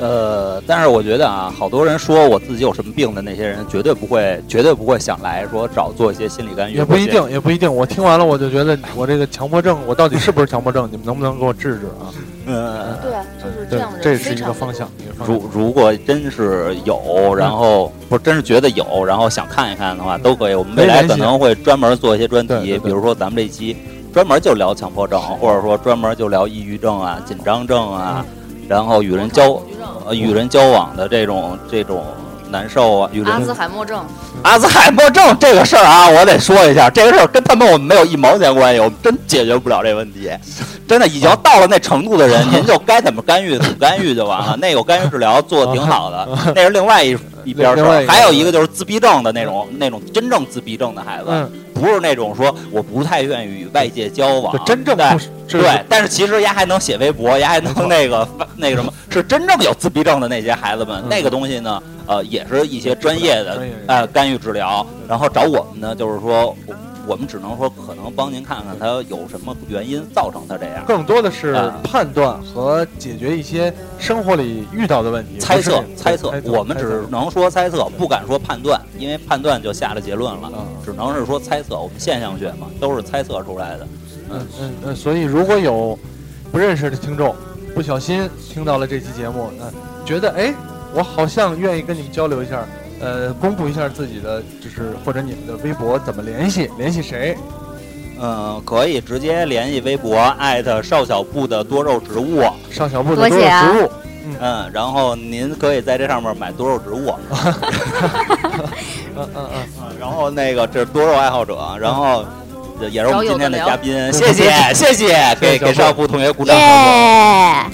S4: 呃，但是我觉得啊，好多人说我自己有什么病的那些人，绝对不会，绝对不会想来说找做一些心理干预。
S2: 也不一
S4: 或者
S2: 定，也不一定。我听完了，我就觉得我这个强迫症，我到底是不是强迫症？你们能不能给我治治啊？
S4: 呃，
S3: 对啊，就是这
S2: 对
S3: 样的，人
S2: 这嗯
S3: 非
S2: 是一
S3: 常
S2: 个
S3: 多
S2: 方向。一个方向
S4: 如如果真是有，然后不是真是觉得有，然后想看一看的
S2: 嗯
S4: 话，都可以。我们未来可能会专门做一些专
S2: 对
S4: 题，
S2: 对对
S4: 比如说咱们这一期专门就聊强迫症，或者说专门就聊抑郁症啊、紧张症啊，
S2: 嗯
S4: 然后与人交呃与人交往的这种这种难受啊，与人
S3: 阿兹海默症，
S4: 阿兹海默症这个事儿啊，我得说一下，这个事儿跟他们我们没有一毛钱关系，我们真解决不了这问题。真的，已经到了那程度的人，您就该怎么干预怎么干预就完了。那有干预治疗做的挺好的，那是另外一一边儿事
S2: 哦另外一
S4: 儿。
S2: 个
S4: 还有一个就是自闭症的那种，那种真正自闭症的孩子，
S2: 嗯，
S4: 不是那种说我不太愿意与外界交往
S2: 对，，真正
S4: 对
S2: 不是这是
S4: 对，但是其实丫还能写微博，丫还
S2: 没错
S4: 能那个发那个什么，是真正有自闭症的那些孩子们，
S2: 嗯
S4: 那个东西呢，呃，也是一些专业的
S2: 专业人士
S4: 呃干预治疗，然后找我们呢，就是说我我们只能说可能帮您看看他有什么原因造成他这样。
S2: 更多的是
S4: 啊
S2: 判断和解决一些生活里遇到的问题，
S4: 猜
S2: 不
S4: 测
S2: 是，
S4: 猜测，我们只能说猜测，不敢说判断，因为判断就下了结论了，
S2: 啊，
S4: 只能是说猜测。我们现象学嘛，都是猜测出来的。
S2: 嗯嗯嗯，所以如果有不认识的听众不小心听到了这期节目，那、觉得哎，我好像愿意跟你们交流一下，呃，公布一下自己的，就是或者你们的微博怎么联系，联系谁，
S4: 嗯，可以直接联系微博艾特少小布的多肉植物。
S2: 上小布的
S8: 多
S2: 多肉
S8: 谢啊
S2: 植物，
S4: 嗯，然后您可以在这上面买多肉植物，
S2: 嗯嗯嗯，
S4: 然后那个这是多肉爱好者，啊然后这也是我们今天的嘉宾，
S2: 找有
S4: 谢
S2: 的
S4: 谢
S2: 聊
S4: 谢谢，给给少布同学鼓掌，
S8: 耶！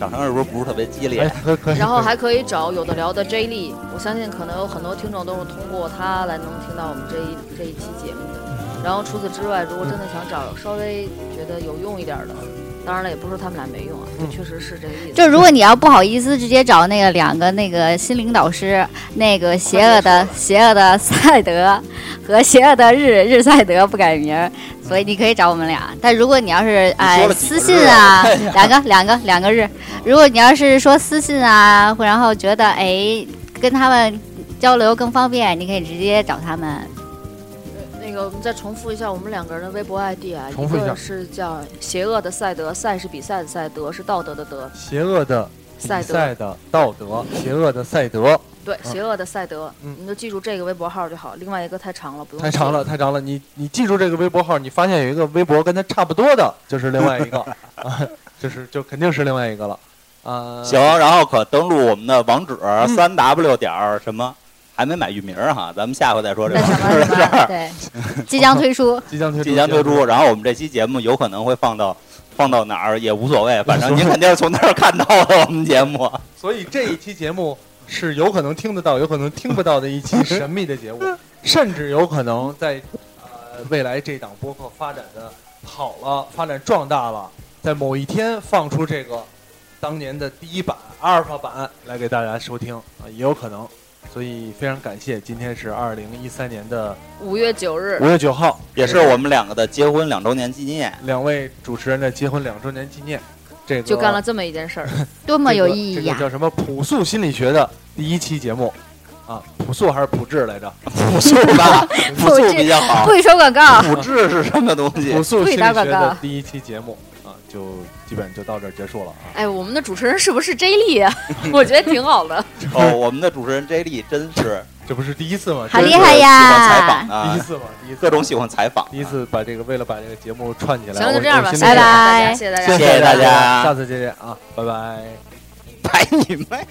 S4: 掌声是不是不是特别激
S2: 哎
S4: 烈？，
S2: 可以可以，
S3: 然后
S2: 可以
S3: 还可以找有的聊的 J 莉，我相信可能有很多听众都是通过他来能听到我们这一这一期节目
S2: 嗯
S3: 的。然后除此之外，如果真的想找稍微觉得有用一点的，当然了，也不是说他们俩没用啊，这
S2: 嗯
S3: 确实是这个意思。
S8: 就如果你要不好意思，直接找那个两个那个心灵导师，那个邪 恶的邪恶的赛德和邪恶的日日赛德不改名儿，所以你可以找我们俩。但如果你要是哎
S4: 说了几个
S8: 私信
S4: 日
S8: 啊
S4: 啊我看一下，
S8: 两个两个两个日，如果你要是说私信啊，或然后觉得哎跟他们交流更方便，你可以直接找他们。
S3: 那个，我们再重复一下我们两个人的微博 ID 啊，
S2: 重复一下
S3: 个是叫“邪恶的赛德”，赛是比赛的赛，德是道德的德，
S2: 邪恶的比
S3: 赛德。
S2: 赛的道德，邪恶的赛德，
S3: 对，邪恶的赛德，
S2: 嗯
S3: 你就记住这个微博号就好，另外一个太长了，不用。
S2: 太长。了，太长了。你你记住这个微博号，你发现有一个微博跟它差不多的，就是另外一 个啊，就是就肯定是另外一个了啊。
S4: 行，，然后可登录我们的网址三 w 点儿什么，还没买域名儿哈，咱们下回再说这
S8: 那
S4: 个
S8: 什么什么，对，即
S4: 哦
S8: 将推出。
S2: 即将推出，
S4: 即将推出，然后我们这期节目有可能会放到放到哪儿也无所谓，反正您肯定是从那儿看到的我们节目。
S2: 所以这一期节目是有可能听得到，有可能听不到的一期神秘的节目，甚至有可能在呃未来这档播客发展的好了，发展壮大了，在某一天放出这个当年的第一版阿尔法版来给大家收听啊，也有可能。所以非常感谢，今天是二零一三年的
S3: 五月九日
S2: 五，月九号，
S4: 也是我们两个的结婚两周年纪念。
S2: 两位主持人的结婚两周年纪念，这个
S3: 就干了这么一件事儿。
S2: 这
S8: 多么有
S2: 个
S8: 意义啊
S2: 这
S8: 呀
S2: 个、、叫什么朴素心理学的第一期节目啊，朴素还是朴质来着？
S4: 朴素 吧，朴素比较好
S8: 不。许收广告，
S4: 朴质是什么东 西
S2: 朴？素
S8: 不
S2: 心理
S8: 许打
S2: 学
S8: 广告
S2: 的第一期节目啊，就基本就到这儿结束了啊。
S3: 哎，我们的主持人是不是 J 莉啊？ 我觉得挺好 的。
S4: 哦，我们的主持人 J 莉真是
S2: 这不是第一次吗？
S8: 好
S2: 这是
S8: 厉害呀
S4: 喜欢采访
S2: 第一
S4: 啊，
S2: 次吗？第一次，
S4: 各种喜欢采访啊。
S2: 第一次把这个为了把这个节目串起来，
S3: 行，就
S2: 我
S3: 这样吧，
S2: 我
S3: 谢
S2: 心
S3: 谢
S2: 里
S8: 拜拜
S3: 大家谢谢大家
S4: 谢。谢大家
S2: 下次再见啊，拜拜。
S4: 拍你妹！